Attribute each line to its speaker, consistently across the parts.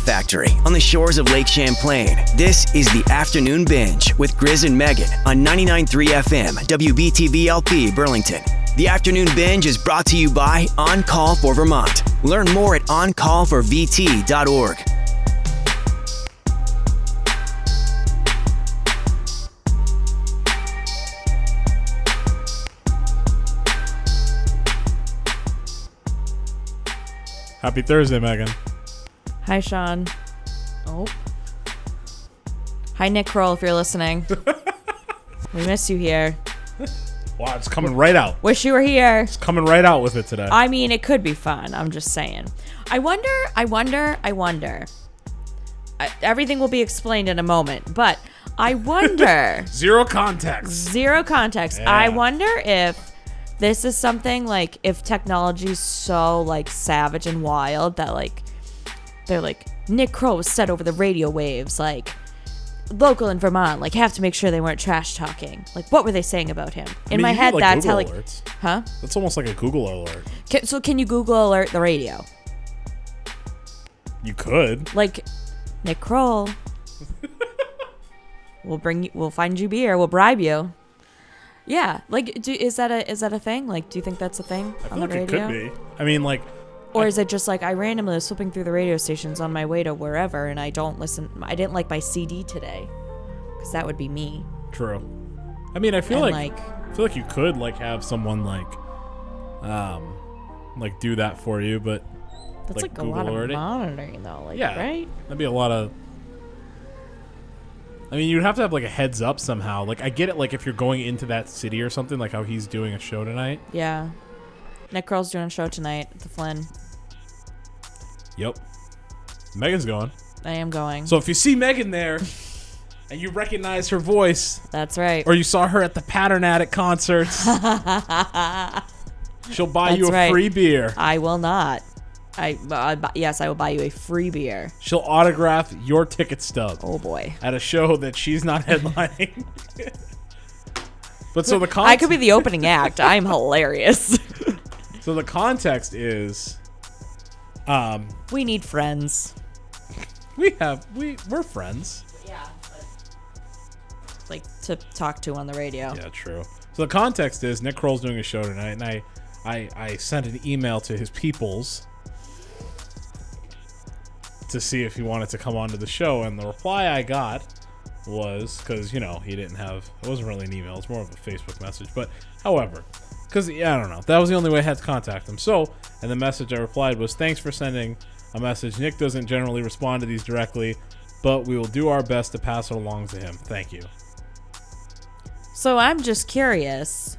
Speaker 1: Factory on the shores of Lake Champlain. This is the Afternoon Binge with Grizz and Megan on 99.3 FM, WBTVLP, Burlington. The Afternoon Binge is brought to you by On Call for Vermont. Learn more at oncallforvt.org.
Speaker 2: Happy Thursday, Megan.
Speaker 3: Hi, Sean. Oh. Hi, Nick Kroll, if you're listening. we miss you here.
Speaker 2: Wow, it's coming right out.
Speaker 3: Wish you were here.
Speaker 2: It's coming right out with it today.
Speaker 3: I mean, it could be fun. I'm just saying. I wonder, I wonder, I wonder. I, everything will be explained in a moment, but I wonder,
Speaker 2: Zero context.
Speaker 3: zero context.
Speaker 2: Yeah.
Speaker 3: I wonder if this is something like if technology's so like savage and wild that like they're like Nick Crow was set over the radio waves, like local in Vermont, like have to make sure they weren't trash talking. Like what were they saying about him? In
Speaker 2: I mean,
Speaker 3: my
Speaker 2: you get,
Speaker 3: head,
Speaker 2: like,
Speaker 3: that's how
Speaker 2: Google
Speaker 3: like,
Speaker 2: alerts.
Speaker 3: huh?
Speaker 2: That's almost like a Google alert.
Speaker 3: Ca so can you Google alert the radio?
Speaker 2: You could.
Speaker 3: Like Nick Kroll. we'll bring you. We'll find you beer. We'll bribe you. Yeah, like, do, is that a is that a thing? Like, do you think that's a thing
Speaker 2: I feel
Speaker 3: on the
Speaker 2: like it
Speaker 3: radio?
Speaker 2: could be. I mean, like,
Speaker 3: Or is it just like I randomly was flipping through the radio stations on my way to wherever, and I don't listen. I didn't like my CD today, because that would be me.
Speaker 2: true. I mean, I feel
Speaker 3: And,
Speaker 2: like,
Speaker 3: like-
Speaker 2: I feel like you could like have someone like, um, like do that for you, but
Speaker 3: That's
Speaker 2: Like
Speaker 3: like, a lot
Speaker 2: Google already?
Speaker 3: of monitoring, though. Like,
Speaker 2: yeah,
Speaker 3: right?
Speaker 2: That'd be a lot of. I mean, you'd have to have like a heads up somehow. Like, I get it. Like, if you're going into that city or something, like how he's doing a show tonight.
Speaker 3: Yeah. Nick Curl's doing a show tonight at the Flynn.
Speaker 2: Yep. Megan's going.
Speaker 3: I am going.
Speaker 2: So if you see Megan there and you recognize her voice,
Speaker 3: That's right.
Speaker 2: or you saw her at the Pattern Addict concerts, she'll buy you a
Speaker 3: That's right.
Speaker 2: free beer.
Speaker 3: I will not. I, I bu- yes, I will buy you a free beer.
Speaker 2: She'll autograph your ticket stub
Speaker 3: Oh boy.
Speaker 2: at a show that she's not headlining. but so the con-
Speaker 3: I could be the opening act. I'm hilarious.
Speaker 2: so the context is, um,
Speaker 3: we need friends.
Speaker 2: we have we we're friends.
Speaker 3: Like to talk to on the radio.
Speaker 2: Yeah, true. So the context is Nick Kroll's doing a show tonight, and I, I, I sent an email to his peoples to see if he wanted to come onto the show, and the reply I got was because you know he didn't have it wasn't really an email, it's more of a Facebook message. But however, because yeah, I don't know, that was the only way I had to contact him. So, and the message I replied was thanks for sending a message. Nick doesn't generally respond to these directly. But we will do our best to pass it along to him. Thank you.
Speaker 3: So I'm just curious.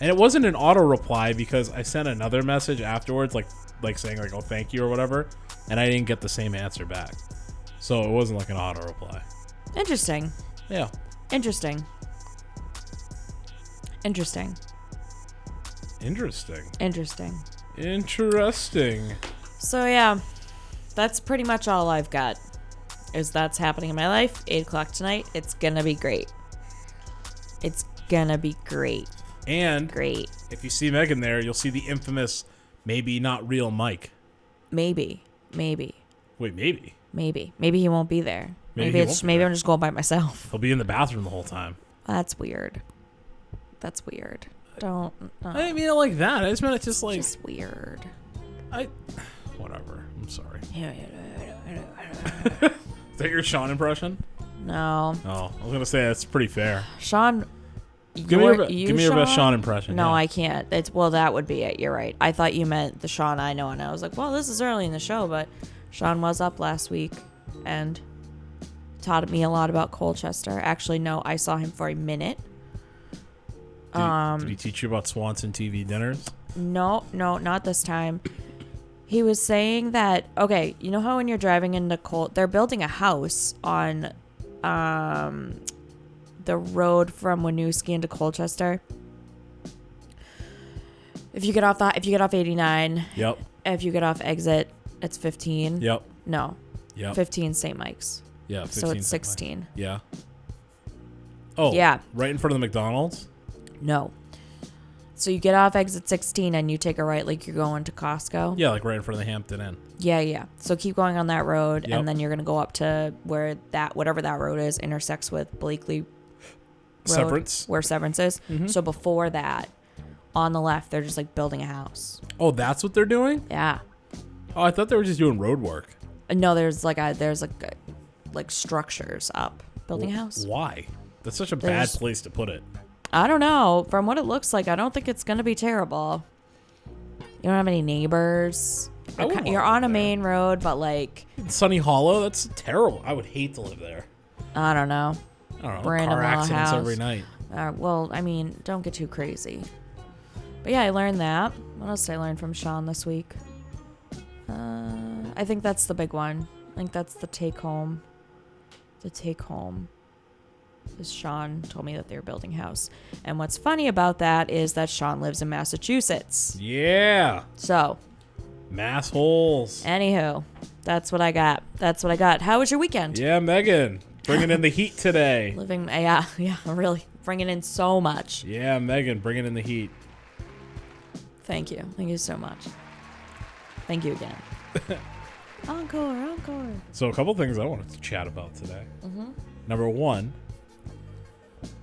Speaker 2: and it wasn't an auto reply because I sent another message afterwards, like like saying like oh thank you or whatever, and I didn't get the same answer back, so it wasn't like an auto reply.
Speaker 3: Interesting.
Speaker 2: Yeah,
Speaker 3: Interesting. Interesting.
Speaker 2: interesting,
Speaker 3: Interesting.
Speaker 2: interesting.
Speaker 3: So yeah, that's pretty much all I've got. Is that's happening in my life. Eight o'clock tonight. It's gonna be great. It's gonna be great.
Speaker 2: And
Speaker 3: Great.
Speaker 2: if you see Megan there, you'll see the infamous maybe not real Mike.
Speaker 3: Maybe. Maybe.
Speaker 2: Wait, maybe
Speaker 3: Maybe. Maybe he won't be there.
Speaker 2: Maybe
Speaker 3: Maybe,
Speaker 2: he
Speaker 3: it's
Speaker 2: won't be
Speaker 3: maybe
Speaker 2: there.
Speaker 3: I'm just going by myself.
Speaker 2: he'll be in the bathroom the whole time.
Speaker 3: That's weird. That's weird. Don't. No,
Speaker 2: I didn't mean it like that. I just meant it's just like
Speaker 3: It's weird.
Speaker 2: I, whatever. I'm sorry. Is that your Sean impression?
Speaker 3: No,
Speaker 2: Oh, I was gonna say that's pretty fair.
Speaker 3: Sean.
Speaker 2: Give
Speaker 3: you're-
Speaker 2: me your, be-
Speaker 3: you,
Speaker 2: give me your best Sean impression.
Speaker 3: No,
Speaker 2: yeah.
Speaker 3: I can't. It's well, that would be it. You're right. I thought you meant the Sean I know, and I was like, well, this is early in the show, but Sean was up last week and taught me a lot about Colchester. Actually, no, I saw him for a minute.
Speaker 2: Did,
Speaker 3: Um,
Speaker 2: did he teach you about Swanson TV dinners?
Speaker 3: No, no, not this time. He was saying that okay, you know how when you're driving into Col, they're building a house on um the road from Winooski into Colchester. If you get off that, if you get off 89,
Speaker 2: Yep.
Speaker 3: if you get off exit, it's 15.
Speaker 2: Yep.
Speaker 3: No,
Speaker 2: Yep.
Speaker 3: 15 St. Mike's.
Speaker 2: yeah. 15
Speaker 3: So it's
Speaker 2: something.
Speaker 3: 16.
Speaker 2: Yeah. Oh.
Speaker 3: Yeah.
Speaker 2: Right in front of the McDonald's.
Speaker 3: No. So you get off exit 16 and you take a right like you're going to Costco.
Speaker 2: Yeah, like right in front of the Hampton Inn.
Speaker 3: Yeah, yeah. So keep going on that road,
Speaker 2: Yep.
Speaker 3: and then you're gonna go up to where that whatever that road is intersects with Blakely Road,
Speaker 2: Severance. Mm-hmm.
Speaker 3: where Severance is. So before that, on the left, they're just like building a house.
Speaker 2: Oh, that's what they're doing?
Speaker 3: Yeah.
Speaker 2: Oh, I thought they were just doing road work.
Speaker 3: Uh, No, there's like a there's like a, like structures up building a house.
Speaker 2: Why? That's such a bad
Speaker 3: There's-
Speaker 2: place to put it.
Speaker 3: I don't know. From what it looks like, I don't think it's gonna be terrible. You don't have any neighbors.
Speaker 2: I
Speaker 3: You're,
Speaker 2: wouldn't wanna
Speaker 3: ki- you're
Speaker 2: live
Speaker 3: on a
Speaker 2: there.
Speaker 3: main road, but like
Speaker 2: Sunny Hollow? That's terrible. I would hate to live there.
Speaker 3: I don't know.
Speaker 2: I don't know.
Speaker 3: Brandon
Speaker 2: car
Speaker 3: Law
Speaker 2: accidents
Speaker 3: House.
Speaker 2: every night.
Speaker 3: Uh, well, I mean, don't get too crazy. But yeah, I learned that. What else did I learn from Sean this week? Uh, I think that's the big one. I think that's the take home. The take home. Is Sean told me that they were building house. And what's funny about that is that Sean lives in Massachusetts.
Speaker 2: Yeah.
Speaker 3: So,
Speaker 2: Mass holes.
Speaker 3: anywho, that's what I got. That's what I got. How was your weekend?
Speaker 2: Yeah, Megan. Bringing in the heat today.
Speaker 3: Living, yeah, yeah, really bringing in so much.
Speaker 2: Yeah, Megan, bringing in the heat.
Speaker 3: Thank you. Thank you so much. Thank you again. encore, encore.
Speaker 2: So, a couple things I wanted to chat about today.
Speaker 3: Mm-hmm.
Speaker 2: Number one,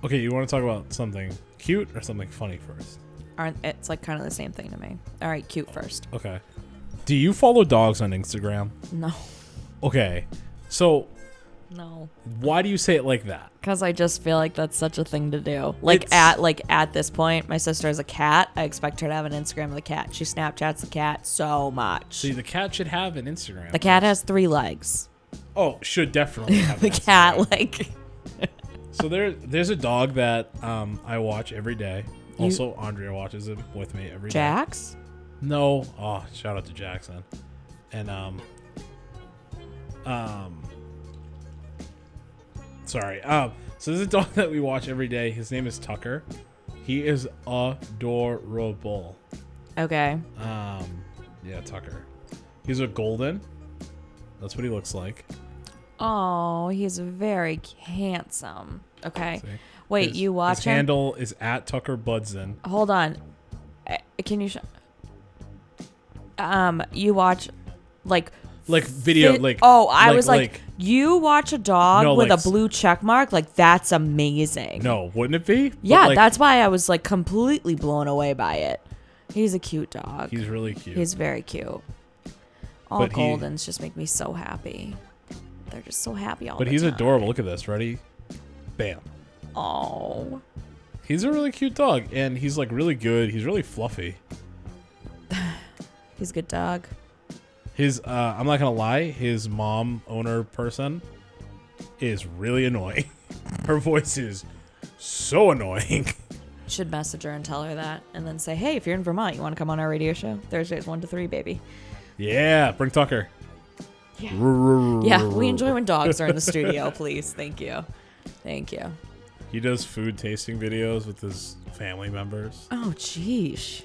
Speaker 2: okay, you want to talk about something cute or something funny first?
Speaker 3: Aren't it's like kind of the same thing to me. All right, cute first.
Speaker 2: Okay. Do you follow dogs on Instagram?
Speaker 3: No,
Speaker 2: Okay. So,
Speaker 3: no,
Speaker 2: why do you say it like that?
Speaker 3: because I just feel like that's such a thing to do. Like
Speaker 2: It's-
Speaker 3: at like at this point, my sister has a cat. I expect her to have an Instagram of the cat. She Snapchats the cat so much.
Speaker 2: See, the cat should have an Instagram.
Speaker 3: the cat has three legs.
Speaker 2: Oh, should definitely have
Speaker 3: The
Speaker 2: an
Speaker 3: cat,
Speaker 2: Instagram.
Speaker 3: like,
Speaker 2: So there, there's a dog that um, I watch every day. Also, Andrea watches him with me every day.
Speaker 3: Jax.
Speaker 2: No. Oh, shout out to Jackson. And um um sorry. Um so there's a dog that we watch every day. His name is Tucker. He is adorable.
Speaker 3: Okay.
Speaker 2: Um yeah, Tucker. He's a golden. That's what he looks like.
Speaker 3: Oh, he's very handsome. Okay.
Speaker 2: See?
Speaker 3: Wait,
Speaker 2: His-
Speaker 3: you watch
Speaker 2: his
Speaker 3: him?
Speaker 2: handle is at Tucker Budson.
Speaker 3: hold on Uh, can you sh- um you watch like
Speaker 2: Like video
Speaker 3: fit-
Speaker 2: like
Speaker 3: oh i was like, you watch a dog
Speaker 2: No,
Speaker 3: with
Speaker 2: like
Speaker 3: a
Speaker 2: s-
Speaker 3: blue check mark like that's amazing
Speaker 2: No, wouldn't it be? But,
Speaker 3: yeah
Speaker 2: like,
Speaker 3: that's why i was like completely blown away by it he's a cute dog
Speaker 2: he's really cute.
Speaker 3: He's very cute all
Speaker 2: But he-
Speaker 3: goldens just make me so happy they're just so happy all
Speaker 2: but
Speaker 3: the
Speaker 2: he's
Speaker 3: time.
Speaker 2: adorable. Look at this. Ready? Bam.
Speaker 3: oh
Speaker 2: He's a really cute dog, and he's like really good. He's really fluffy.
Speaker 3: he's a good dog
Speaker 2: His, uh, I'm not gonna lie, his mom owner person is really annoying. Her voice is so annoying.
Speaker 3: should message her and tell her that and then say hey if you're in vermont you want to come on our radio show thursdays 1 to 3 baby
Speaker 2: yeah, bring Tucker.
Speaker 3: yeah we enjoy when dogs are in the studio please thank you thank you
Speaker 2: He does food tasting videos with his family members.
Speaker 3: oh jeez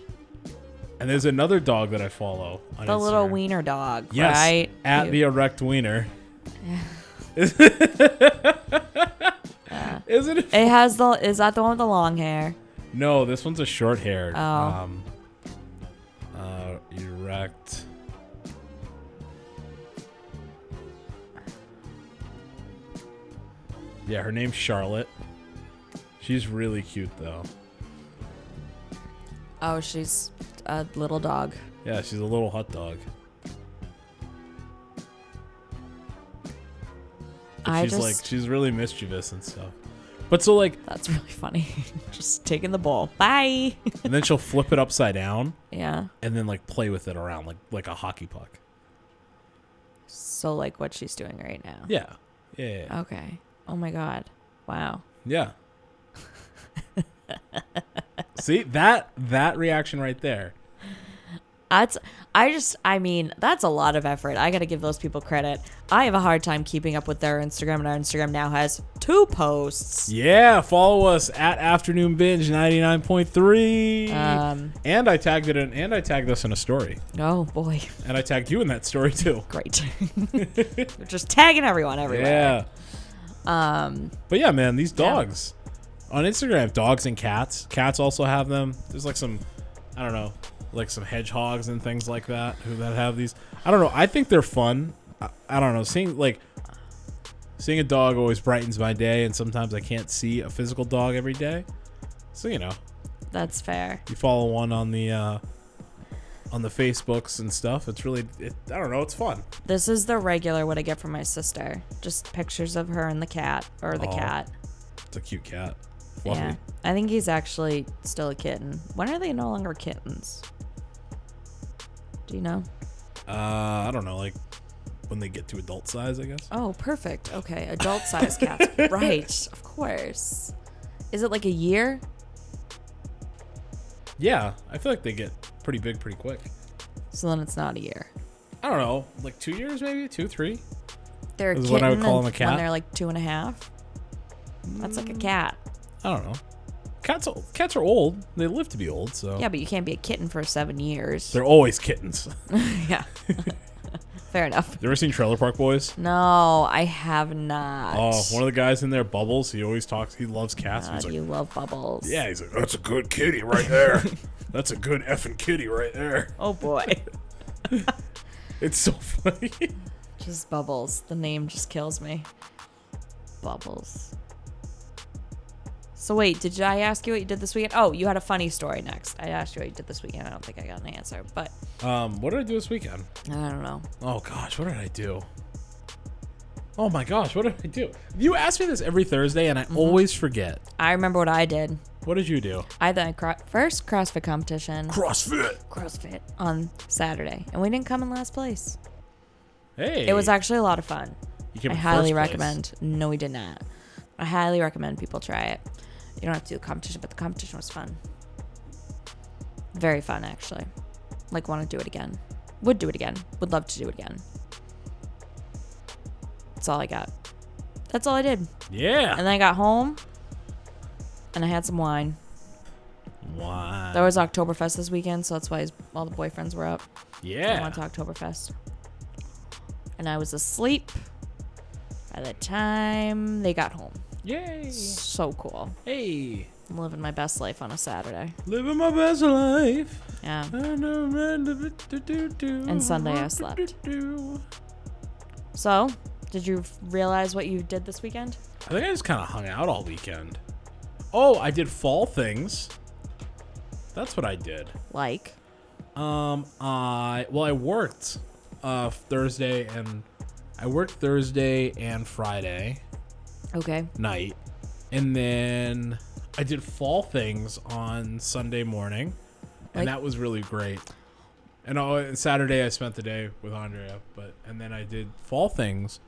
Speaker 2: And there's another dog that I follow. On
Speaker 3: the little
Speaker 2: Instagram.
Speaker 3: wiener dog
Speaker 2: Yes,
Speaker 3: right
Speaker 2: at
Speaker 3: You-
Speaker 2: the erect wiener. Isn't it
Speaker 3: it has the is that the one with the long hair
Speaker 2: No, this one's a short haired.
Speaker 3: Oh.
Speaker 2: Um, uh, erect. Yeah, her name's Charlotte. She's really cute though.
Speaker 3: oh she's a little dog
Speaker 2: Yeah, she's a little hot dog. But
Speaker 3: I
Speaker 2: she's like
Speaker 3: just-
Speaker 2: she's really mischievous and stuff. But so like
Speaker 3: that's really funny just taking the ball bye
Speaker 2: and then she'll flip it upside down
Speaker 3: yeah
Speaker 2: and then like play with it around like like a hockey puck.
Speaker 3: so like what she's doing right now
Speaker 2: Yeah. Yeah. yeah, yeah.
Speaker 3: okay oh my god wow
Speaker 2: Yeah. See that that reaction right there.
Speaker 3: That's I just I mean that's a lot of effort. I got to give those people credit. I have a hard time keeping up with their Instagram, and our Instagram now has two posts.
Speaker 2: Yeah, follow us at Afternoon Binge ninety nine point three.
Speaker 3: Um.
Speaker 2: and I tagged it in, and I tagged us in a story,
Speaker 3: Oh boy,
Speaker 2: and I tagged you in that story too.
Speaker 3: great! We're just tagging everyone everywhere.
Speaker 2: Yeah. Um. But yeah, man, these dogs on Instagram, dogs and cats. Cats also have them. There's like some, I don't know, like some hedgehogs and things like that who that have these. I don't know. I think they're fun. I, I don't know. Seeing like seeing a dog always brightens my day, and sometimes I can't see a physical dog every day. So you know,
Speaker 3: That's fair.
Speaker 2: you follow one on the uh, on the Facebooks and stuff. It's really, it, I don't know, it's fun.
Speaker 3: This is the regular what I get from my sister. Just pictures of her and the cat or the
Speaker 2: Aw.
Speaker 3: cat.
Speaker 2: It's a cute cat. Fluffy.
Speaker 3: Yeah. I think he's actually still a kitten. When are they no longer kittens? Do you know?
Speaker 2: Uh, I don't know, like when they get to adult size, I guess.
Speaker 3: Oh, perfect. Okay. Adult size cats. right. Of course. Is it like a year?
Speaker 2: Yeah, I feel like they get pretty big pretty quick.
Speaker 3: So then it's not a year.
Speaker 2: I don't know, like two years maybe, two, three.
Speaker 3: They're a
Speaker 2: Is
Speaker 3: kitten
Speaker 2: what I would call
Speaker 3: and-
Speaker 2: them a cat? Mm.
Speaker 3: when they're like two and a half. That's like a cat.
Speaker 2: I don't know. Cats, o- cats are old. They live to be old, so
Speaker 3: Yeah, but you can't be a kitten for seven years.
Speaker 2: they're always kittens. you
Speaker 3: yeah. Fair enough.
Speaker 2: ever seen Trailer Park Boys?
Speaker 3: No, I have not.
Speaker 2: Oh, one of the guys in there, Bubbles. He always talks. He loves cats.
Speaker 3: God,
Speaker 2: he's like,
Speaker 3: you love bubbles.
Speaker 2: yeah, he's like, that's a good kitty right there. that's a good effing kitty right there.
Speaker 3: Oh boy.
Speaker 2: It's so funny.
Speaker 3: just bubbles. The name just kills me. Bubbles. So wait, did I ask you what you did this weekend? Oh, you had a funny story next. I asked you what you did this weekend. I don't think I got an answer, but
Speaker 2: um, what did I do this weekend?
Speaker 3: I don't know.
Speaker 2: Oh gosh, what did I do? Oh my gosh, what did I do? You ask me this every Thursday, and I
Speaker 3: Mm-hmm.
Speaker 2: always forget.
Speaker 3: I remember what I did.
Speaker 2: What did you do?
Speaker 3: I had the cro- first CrossFit competition,
Speaker 2: CrossFit.
Speaker 3: CrossFit, on Saturday, and we didn't come in last place.
Speaker 2: Hey,
Speaker 3: It was actually a lot of fun.
Speaker 2: You came
Speaker 3: I
Speaker 2: in first
Speaker 3: highly
Speaker 2: place.
Speaker 3: recommend. No, we did not. I highly recommend people try it. You don't have to do the competition, but the competition was fun. Very fun, actually. Like, want to do it again. Would do it again. Would love to do it again. That's all I got. That's all I did.
Speaker 2: Yeah.
Speaker 3: And then I got home and I had some wine.
Speaker 2: wow.
Speaker 3: There was Oktoberfest this weekend, so that's why his, all the boyfriends were up. I
Speaker 2: yeah.
Speaker 3: went to Oktoberfest. And I was asleep by the time they got home.
Speaker 2: Yay.
Speaker 3: So cool.
Speaker 2: Hey,
Speaker 3: I'm living my best life on a Saturday.
Speaker 2: living my best life.
Speaker 3: Yeah.
Speaker 2: And
Speaker 3: Sunday I slept. So, did you f- realize what you did this weekend?
Speaker 2: I think I just kind of hung out all weekend. Oh, I did fall things. That's what I did.
Speaker 3: Like,
Speaker 2: Um, I well, I worked uh, Thursday and I worked Thursday and Friday
Speaker 3: okay.
Speaker 2: night, and then I did fall things on Sunday morning, and
Speaker 3: Like-
Speaker 2: that was really great. And all, Saturday I spent the day with Andrea, but and then I did fall things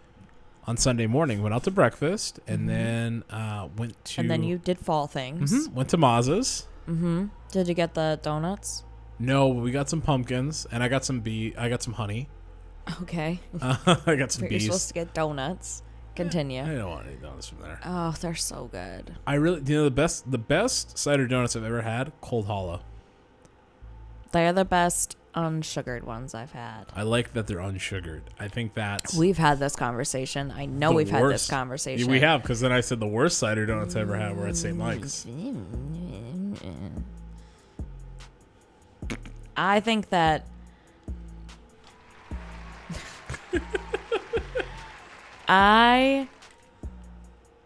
Speaker 2: on Sunday morning. Went out to breakfast, and then uh, went to
Speaker 3: Mm-hmm. And then you did fall things.
Speaker 2: Mhm, went to Mazza's.
Speaker 3: Did you get the donuts?
Speaker 2: No, we got some pumpkins, and I got some bee. I got some honey.
Speaker 3: Okay.
Speaker 2: Uh, I got some
Speaker 3: You're supposed
Speaker 2: bees.
Speaker 3: to get donuts.
Speaker 2: I
Speaker 3: Continue.
Speaker 2: don't want any donuts from there.
Speaker 3: Oh, they're so good.
Speaker 2: I really, you know, the best, the best cider donuts I've ever had, Cold Hollow.
Speaker 3: They're the best unsugared ones I've had.
Speaker 2: I like that they're unsugared. I think that's
Speaker 3: We've had this conversation. I know
Speaker 2: the
Speaker 3: we've had this
Speaker 2: worst. Yeah,
Speaker 3: conversation.
Speaker 2: We have, because then I said the worst cider donuts I ever had were at St. Mike's.
Speaker 3: I think that. I.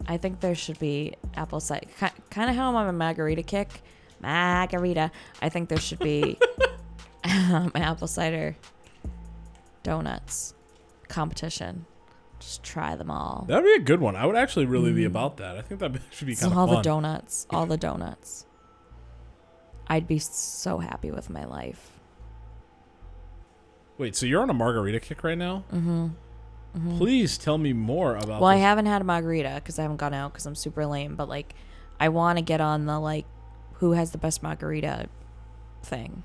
Speaker 3: I think there should be apple cider. Kind of how I'm on a margarita kick. Margarita. I think there should be um, apple cider donuts competition. Just try them all.
Speaker 2: That'd be a good one. I would actually really
Speaker 3: Mm.
Speaker 2: be about that. I think that should be
Speaker 3: So
Speaker 2: kind
Speaker 3: all the
Speaker 2: of fun.
Speaker 3: donuts, all the donuts. I'd be so happy with my life.
Speaker 2: Wait, so you're on a margarita kick right now? Mm-hmm. Please tell me more about.
Speaker 3: Well, I
Speaker 2: this.
Speaker 3: haven't had a margarita because I haven't gone out because I'm super lame. But like, I want to get on the like, who has the best margarita thing.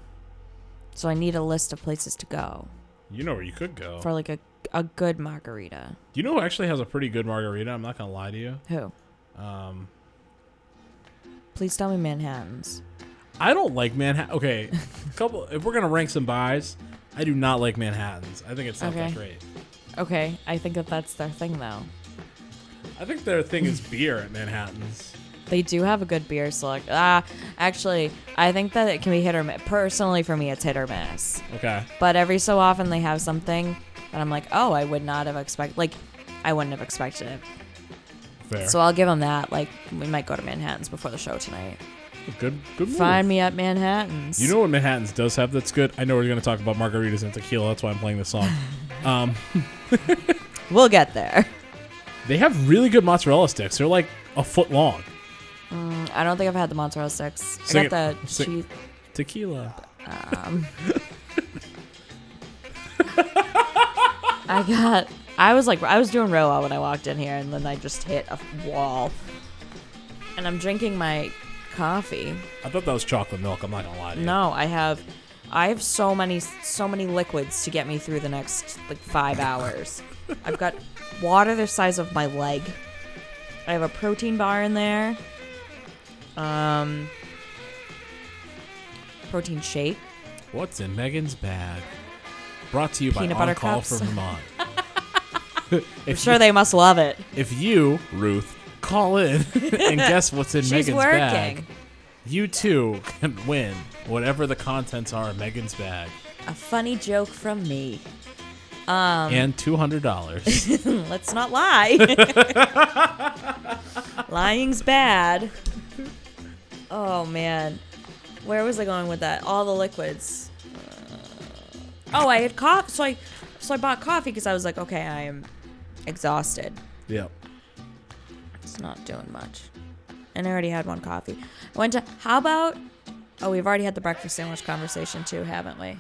Speaker 3: So I need a list of places to go
Speaker 2: You know where you could go.
Speaker 3: for like a a good margarita.
Speaker 2: you know who actually has a pretty good margarita? I'm not gonna lie to you.
Speaker 3: Who? Um. Please tell me Manhattan's.
Speaker 2: I don't like Manhattan. Okay, couple. If we're gonna rank some buys, I do not like Manhattan's. I think it's not
Speaker 3: Okay.
Speaker 2: that great.
Speaker 3: Okay, I think that that's their thing though.
Speaker 2: I think their thing is beer at Manhattan's.
Speaker 3: They do have a good beer select. Ah, actually, I think that it can be hit or miss. Personally, for me, it's hit or miss.
Speaker 2: Okay.
Speaker 3: But every so often, they have something that I'm like, oh, I would not have expected. Like, I wouldn't have expected it.
Speaker 2: Fair.
Speaker 3: So I'll give them that. Like, we might go to Manhattan's before the show tonight.
Speaker 2: good. Good. Move.
Speaker 3: Find me at Manhattan's.
Speaker 2: You know what Manhattan's does have that's good? I know we're going to talk about margaritas and tequila. That's why I'm playing this song. um,
Speaker 3: we'll get there.
Speaker 2: they have really good mozzarella sticks. They're like a foot long.
Speaker 3: I don't think I've had the mozzarella sticks.
Speaker 2: Sing
Speaker 3: I got
Speaker 2: it.
Speaker 3: the
Speaker 2: Sing-
Speaker 3: cheese.
Speaker 2: Tequila.
Speaker 3: I got. I was like, I was doing real well when I walked in here, and then I just hit a wall. And I'm drinking my coffee.
Speaker 2: I thought that was chocolate milk. I'm not going to lie to you.
Speaker 3: No, I have, I have so many, so many liquids to get me through the next like five hours. I've got water the size of my leg. I have a protein bar in there. Um, protein shake.
Speaker 2: What's in Megan's bag? Brought to you
Speaker 3: Peanut
Speaker 2: by On
Speaker 3: butter
Speaker 2: Call
Speaker 3: cups.
Speaker 2: from Vermont.
Speaker 3: I'm sure they must love it.
Speaker 2: If you, Ruth, call in and guess what's in
Speaker 3: She's
Speaker 2: Megan's
Speaker 3: working.
Speaker 2: bag, you too can win whatever the contents are in Megan's bag
Speaker 3: A funny joke from me. Um,
Speaker 2: and two hundred dollars.
Speaker 3: Let's not lie. Lying's bad. Oh man, where was I going with that? All the liquids. Uh, oh, I had coffee, so I, so I bought coffee because I was like, okay, I am exhausted.
Speaker 2: yep.
Speaker 3: It's not doing much, and I already had one coffee. I went to. How about? Oh, we've already had the breakfast sandwich conversation too, haven't we?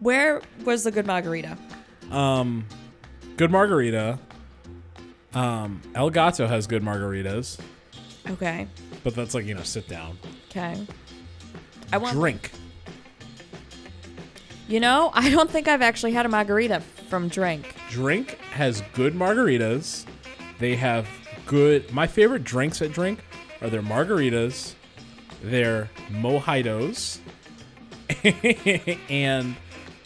Speaker 3: Where was the good margarita?
Speaker 2: Good margarita. Um, El Gato has good margaritas,
Speaker 3: Okay.
Speaker 2: but that's like you know sit down,
Speaker 3: Okay. I want
Speaker 2: drink.
Speaker 3: You know, I don't think I've actually had a margarita from drink.
Speaker 2: Drink has good margaritas. They have good. My favorite drinks at Drink are their margaritas, their mojitos, and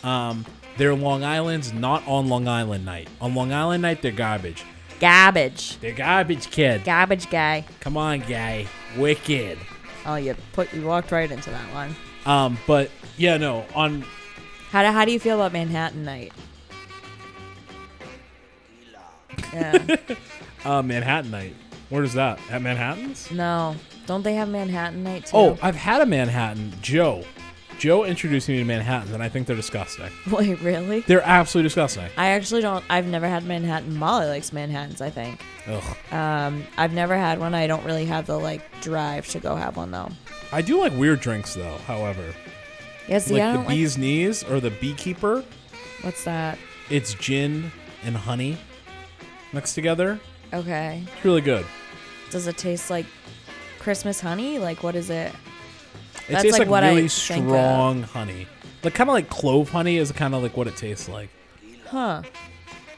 Speaker 2: um, their Long Island's not on Long Island night. On Long Island night, they're garbage.
Speaker 3: Garbage.
Speaker 2: They're garbage, kid.
Speaker 3: Garbage guy.
Speaker 2: Come on, guy. Wicked.
Speaker 3: Oh, you put you walked right into that one.
Speaker 2: Um, but yeah, no. On
Speaker 3: How do, how do you feel about Manhattan night? Yeah.
Speaker 2: uh, Manhattan night. Where is that? At Manhattan's?
Speaker 3: no. Don't they have Manhattan night too?
Speaker 2: Oh, I've had a Manhattan. Joe. Joe introduced me to Manhattans, and I think they're disgusting.
Speaker 3: Wait, really?
Speaker 2: They're absolutely disgusting.
Speaker 3: I actually don't. I've never had Manhattan. Molly likes Manhattans, I think.
Speaker 2: Ugh.
Speaker 3: Um, I've never had one. I don't really have the like drive to go have one though.
Speaker 2: I do like weird drinks, though, however.
Speaker 3: Yeah, see,
Speaker 2: like
Speaker 3: I
Speaker 2: the
Speaker 3: don't like.
Speaker 2: Bee's Knees or the Beekeeper.
Speaker 3: What's that?
Speaker 2: It's gin and honey mixed together.
Speaker 3: Okay.
Speaker 2: It's really good.
Speaker 3: Does it taste like Christmas honey? Like what is it?
Speaker 2: It
Speaker 3: That's,
Speaker 2: tastes
Speaker 3: like,
Speaker 2: like,
Speaker 3: what I
Speaker 2: really
Speaker 3: think of.
Speaker 2: strong honey. Like kind of like clove honey is kind of like what it tastes like.
Speaker 3: Huh.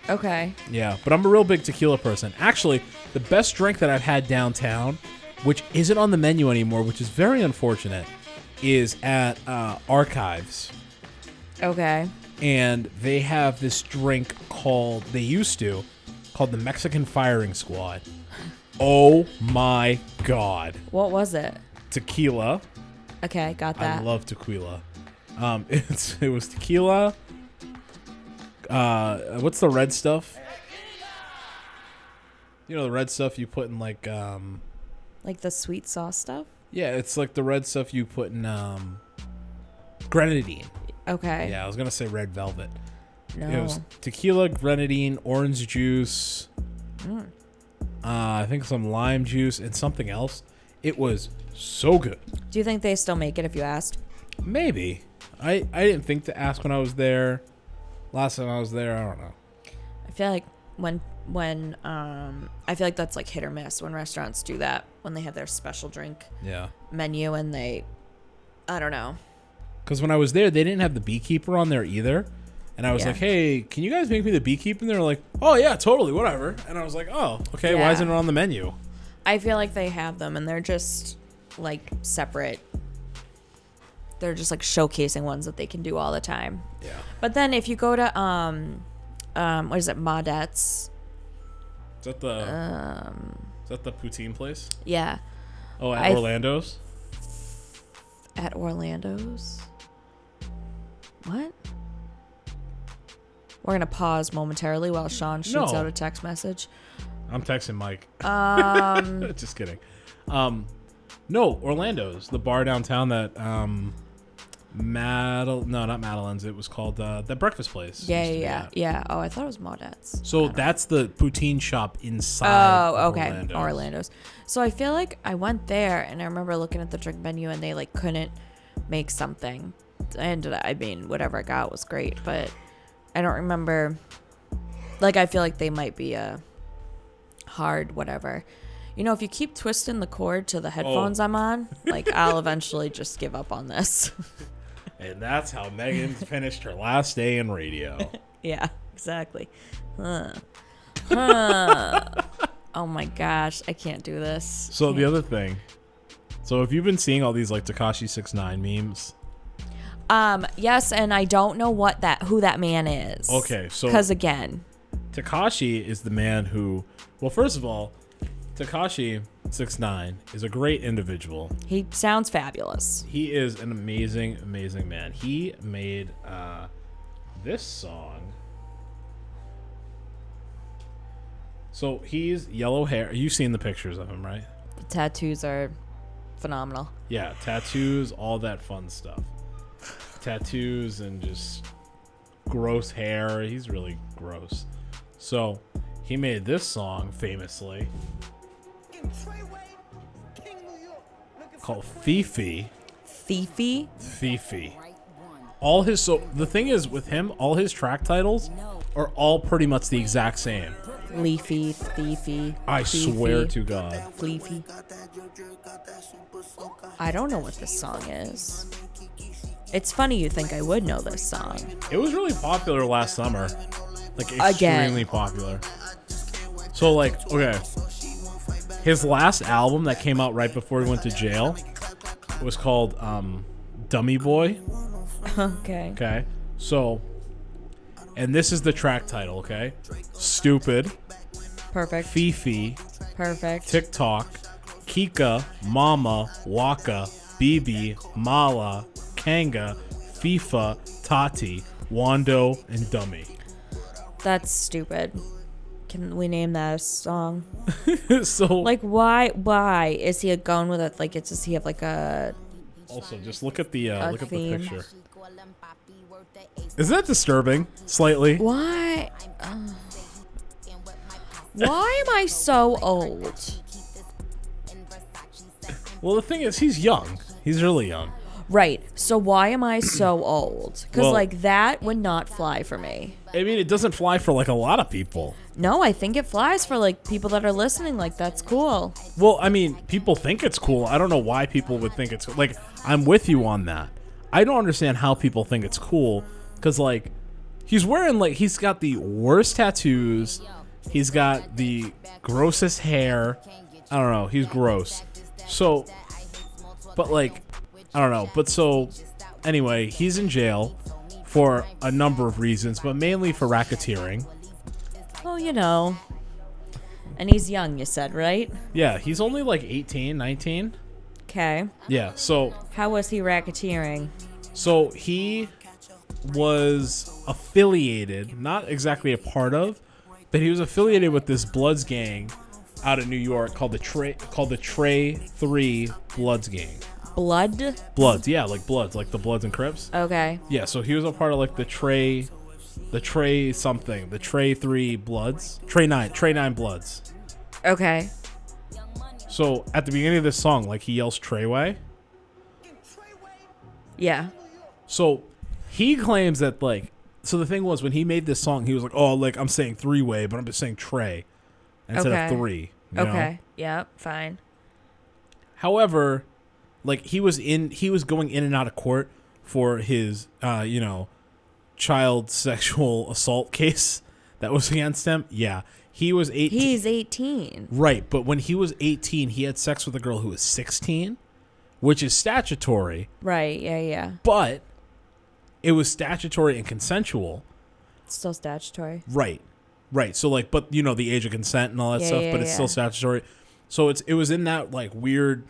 Speaker 3: Okay.
Speaker 2: Yeah, but I'm a real big tequila person. Actually, the best drink that I've had downtown, which isn't on the menu anymore, which is very unfortunate, is at uh, Archives.
Speaker 3: Okay.
Speaker 2: And they have this drink called, they used to, called the Mexican Firing Squad. Oh my God.
Speaker 3: What was it?
Speaker 2: Tequila.
Speaker 3: Okay, got
Speaker 2: I
Speaker 3: that.
Speaker 2: love tequila. Um, it's, it was tequila. Uh, what's the red stuff? You know the red stuff you put in like um,
Speaker 3: like the sweet sauce stuff?
Speaker 2: yeah, it's like the red stuff you put in um, grenadine.
Speaker 3: Okay.
Speaker 2: Yeah, I was gonna say red velvet.
Speaker 3: No.
Speaker 2: It was tequila, grenadine, orange juice. Uh, I think some lime juice and something else. It was so good.
Speaker 3: Do you think they still make it if you asked?
Speaker 2: Maybe. I I didn't think to ask when I was there. Last time I was there, I don't know.
Speaker 3: I feel like when when um I feel like that's like hit or miss when restaurants do that when they have their special drink
Speaker 2: Yeah.
Speaker 3: menu and they I don't know.
Speaker 2: Because when I was there, they didn't have the beekeeper on there either. And I was
Speaker 3: Yeah.
Speaker 2: like, hey, can you guys make me the beekeeper? And they're like, oh, yeah, totally, whatever. And I was like, oh, okay,
Speaker 3: Yeah.
Speaker 2: why isn't it on the menu?
Speaker 3: I feel like they have them and they're just like separate. They're just like showcasing ones that they can do all the time.
Speaker 2: Yeah.
Speaker 3: But then if you go to um um what is it, Maudette's?
Speaker 2: Is that the, is that the poutine place?
Speaker 3: Yeah.
Speaker 2: Oh, at
Speaker 3: I-
Speaker 2: Orlando's?
Speaker 3: At Orlando's? What? We're going to pause momentarily while Sean shoots
Speaker 2: No.
Speaker 3: out a text message.
Speaker 2: I'm texting Mike. Um, just kidding. Um, no, Orlando's the bar downtown that um, Madel. No, not Madeline's. It was called uh, that breakfast place.
Speaker 3: Yeah,
Speaker 2: used to be
Speaker 3: yeah, yeah.
Speaker 2: at.
Speaker 3: yeah. Oh, I thought it was Maudette's.
Speaker 2: So that's the poutine shop inside.
Speaker 3: Oh,
Speaker 2: of
Speaker 3: okay.
Speaker 2: Orlando's.
Speaker 3: Orlando's. So I feel like I went there and I remember looking at the drink menu and they like couldn't make something. And I mean, whatever I got was great, but I don't remember. Like, I feel like they might be a hard whatever. You know, if you keep twisting the cord to the headphones I'm on, like, I'll eventually just give up on this.
Speaker 2: And that's how Megan finished her last day in radio.
Speaker 3: Yeah, exactly. Huh. Huh. oh my gosh, I can't do this.
Speaker 2: So the
Speaker 3: Can't.
Speaker 2: other thing. So if you've been seeing all these like Takashi six nine memes,
Speaker 3: Um, yes, and I don't know what that who that man is.
Speaker 2: Okay, so-
Speaker 3: because again,
Speaker 2: Takashi is the man who, well, first of all, Takashi six nine is a great individual.
Speaker 3: he sounds fabulous.
Speaker 2: He is an amazing, amazing man. He made uh, this song. So he's yellow hair. You've seen the pictures of him, right?
Speaker 3: The tattoos are phenomenal.
Speaker 2: Yeah, tattoos, all that fun stuff. Tattoos and just gross hair. He's really gross. So he made this song famously called Fifi.
Speaker 3: Fifi,
Speaker 2: Fifi. All his so the thing is with him, all his track titles are all pretty much the exact same.
Speaker 3: leafy, thiefy.
Speaker 2: I
Speaker 3: Fifi,
Speaker 2: swear to God.
Speaker 3: Leafy. I don't know what this song is. It's funny you think I would know this song.
Speaker 2: It was really popular last summer. Like extremely
Speaker 3: Again.
Speaker 2: popular. So like, okay. His last album that came out right before he went to jail was called um Dummy Boy.
Speaker 3: Okay.
Speaker 2: Okay. So and this is the track title, okay? Stupid,
Speaker 3: Perfect.
Speaker 2: Fifi,
Speaker 3: Perfect.
Speaker 2: TikTok, Kika, Mama, Waka, Bibi, Mala, Kanga, FIFA, Tati, Wando, and Dummy.
Speaker 3: That's stupid. Can we name that a song?
Speaker 2: so
Speaker 3: Like why why is he going with it? Like it's does he have like a
Speaker 2: also just look at the uh,
Speaker 3: A
Speaker 2: look at the
Speaker 3: theme.
Speaker 2: picture. Is that disturbing? Slightly.
Speaker 3: why? Ugh. why am I so old?
Speaker 2: Well, the thing is, he's young. He's really young.
Speaker 3: Right. So why am I so old? Because
Speaker 2: Well-
Speaker 3: like that would not fly for me.
Speaker 2: I mean, it doesn't fly for like a lot of people.
Speaker 3: No, I think it flies for like people that are listening. Like that's cool.
Speaker 2: Well, I mean, people think it's cool. I don't know why people would think it's like. I'm with you on that. I don't understand how people think it's cool because like he's wearing like he's got the worst tattoos. He's got the grossest hair. I don't know. He's gross. So, but like, I don't know. But so, anyway, he's in jail for a number of reasons, but mainly for racketeering.
Speaker 3: Well, you know. And he's young, you said, right?
Speaker 2: Yeah, he's only like 18, 19.
Speaker 3: Okay.
Speaker 2: Yeah, so
Speaker 3: How was he racketeering?
Speaker 2: So he was affiliated, not exactly a part of, but he was affiliated with this Bloods gang out of New York called the Trey called the Trey Three Bloods gang.
Speaker 3: Blood?
Speaker 2: Bloods, yeah, like Bloods, like the Bloods and Crips.
Speaker 3: Okay.
Speaker 2: Yeah, so he was a part of like the Trey, the Trey something, the Trey Three Bloods, Trey Nine, Trey Nine Bloods.
Speaker 3: Okay.
Speaker 2: So at the beginning of this song, like he yells Treyway.
Speaker 3: Yeah.
Speaker 2: So he claims that like so the thing was when he made this song he was like oh like I'm saying three way but I'm just saying Trey instead
Speaker 3: Okay.
Speaker 2: of three. you know?
Speaker 3: Okay. Yep. Fine.
Speaker 2: However, like he was in he was going in and out of court for his uh you know child sexual assault case that was against him. Yeah, he was 18.
Speaker 3: He's 18.
Speaker 2: Right, but when he was 18 he had sex with a girl who was 16, which is statutory,
Speaker 3: Right. Yeah. Yeah.
Speaker 2: but it was statutory and consensual.
Speaker 3: It's still statutory.
Speaker 2: Right. Right. So like but you know the age of consent and all that
Speaker 3: Yeah,
Speaker 2: stuff,
Speaker 3: yeah,
Speaker 2: but it's
Speaker 3: yeah.
Speaker 2: still statutory. So it's it was in that like weird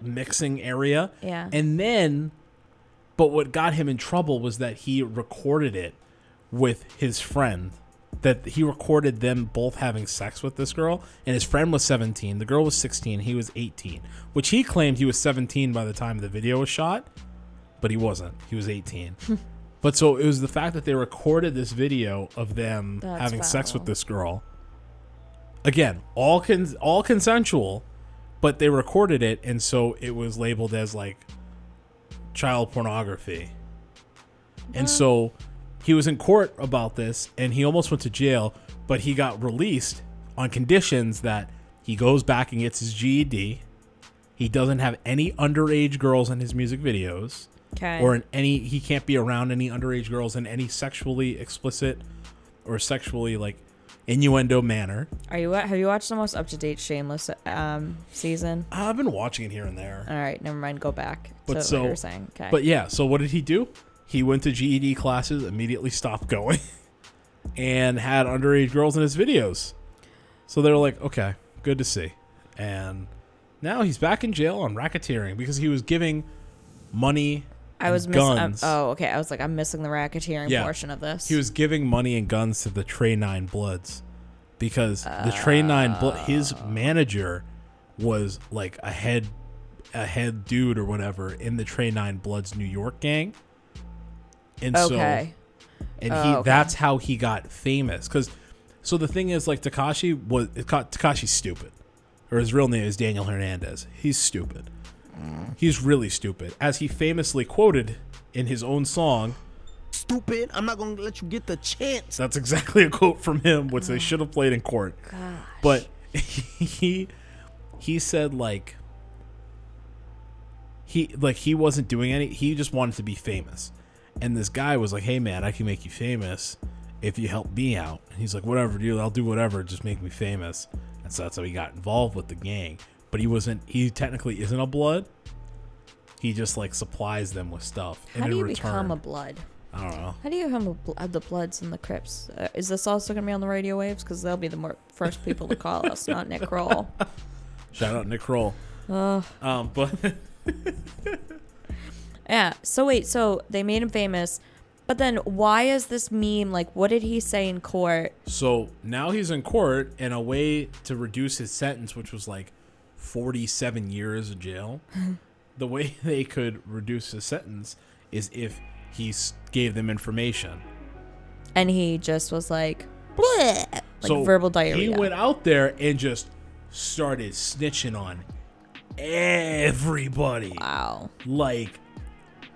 Speaker 2: mixing area.
Speaker 3: Yeah.
Speaker 2: And then, but what got him in trouble was that he recorded it with his friend. That he recorded them both having sex with this girl, and his friend was 17. The girl was 16. He was 18, which he claimed he was 17 by the time the video was shot, but he wasn't. He was 18. but so it was the fact that they recorded this video of them
Speaker 3: That's
Speaker 2: having sex
Speaker 3: foul.
Speaker 2: with this girl. Again, all cons- all consensual, but they recorded it and so it was labeled as like child pornography and so he was in court about this and he almost went to jail but he got released on conditions that he goes back and gets his GED he doesn't have any underage girls in his music videos
Speaker 3: Okay.
Speaker 2: or in any he can't be around any underage girls in any sexually explicit or sexually like innuendo manner
Speaker 3: Are you have you watched the most up to date Shameless um season?
Speaker 2: i've been watching it here and there
Speaker 3: All right, never mind. Go back to
Speaker 2: But
Speaker 3: what
Speaker 2: so-
Speaker 3: you were saying. Okay.
Speaker 2: But yeah, so what did he do? He went to GED classes, immediately stopped going, and had underage girls in his videos. So they were like, okay, good to see. And now he's back in jail on racketeering because he was giving money.
Speaker 3: I
Speaker 2: and
Speaker 3: was missing.
Speaker 2: guns.
Speaker 3: oh, okay. I was like, I'm missing the racketeering
Speaker 2: Yeah.
Speaker 3: portion of this.
Speaker 2: He was giving money and guns to the Trey Nine Bloods because the Trey Nine Blood, his manager, was like a head, a head dude or whatever in the Trey Nine Bloods New York gang. And so
Speaker 3: okay.
Speaker 2: and
Speaker 3: Oh,
Speaker 2: he
Speaker 3: okay.
Speaker 2: that's how he got famous because so the thing is like takashi was takashi's stupid or his real name is daniel hernandez he's stupid he's really stupid as he famously quoted in his own song
Speaker 4: Stupid, I'm not gonna let you get the chance.
Speaker 2: that's exactly a quote from him which
Speaker 3: Oh
Speaker 2: they should have played in court but he he said like he like he wasn't doing any he just wanted to be famous and this guy was like hey man i can make you famous if you help me out and he's like whatever dude i'll do whatever just make me famous and so that's how he got involved with the gang but he wasn't he technically isn't a blood he just like supplies them with stuff
Speaker 3: How
Speaker 2: and
Speaker 3: do
Speaker 2: in
Speaker 3: you
Speaker 2: return
Speaker 3: become a blood?
Speaker 2: i don't know
Speaker 3: How do you become a bl- uh, the Bloods and the Crips? Uh, is this also gonna be on the radio waves? Because they'll be the more first people to call us, not Nick Kroll.
Speaker 2: shout out nick kroll um but
Speaker 3: Yeah. So wait, so they made him famous, but then why is this meme like? What did he say in court?
Speaker 2: So now he's in court, and a way to reduce his sentence, which was like 47 years in jail, the way they could reduce his sentence is if he s- gave them information.
Speaker 3: And he just was like, Bleh, like verbal diarrhea.
Speaker 2: He went out there and just started snitching on everybody.
Speaker 3: wow.
Speaker 2: Like,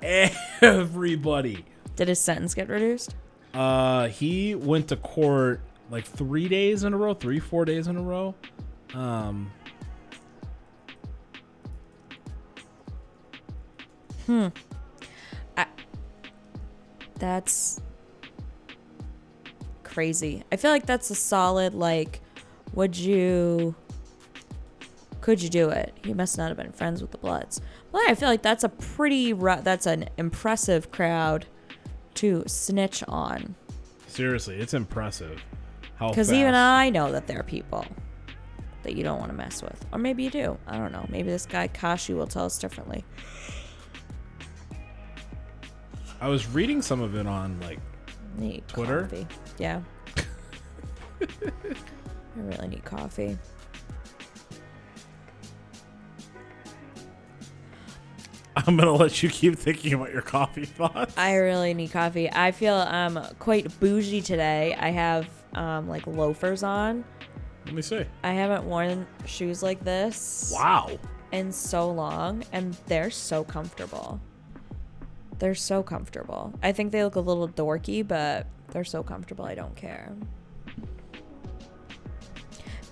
Speaker 2: everybody.
Speaker 3: Did his sentence get reduced?
Speaker 2: Uh, he went to court like three days in a row, three four days in a row. Um.
Speaker 3: That's crazy. I feel like that's a solid like would you could you do it? He must not have been friends with the Bloods. Well, I feel like that's a pretty ru- that's an impressive crowd to snitch on
Speaker 2: Seriously, it's impressive. How
Speaker 3: cuz
Speaker 2: Oh, fast.
Speaker 3: even I know that there are people that you don't want to mess with. Or maybe you do. I don't know. Maybe this guy Kashi will tell us differently.
Speaker 2: I was reading some of it on like
Speaker 3: Need
Speaker 2: Twitter?
Speaker 3: coffee. Yeah. I really need coffee.
Speaker 2: I'm gonna let you keep thinking about your coffee thoughts.
Speaker 3: I really need coffee. I feel um quite bougie today. I have um like loafers on.
Speaker 2: Let me see.
Speaker 3: I haven't worn shoes like this
Speaker 2: Wow.
Speaker 3: in so long and they're so comfortable. They're so comfortable. I think they look a little dorky, but they're so comfortable I don't care.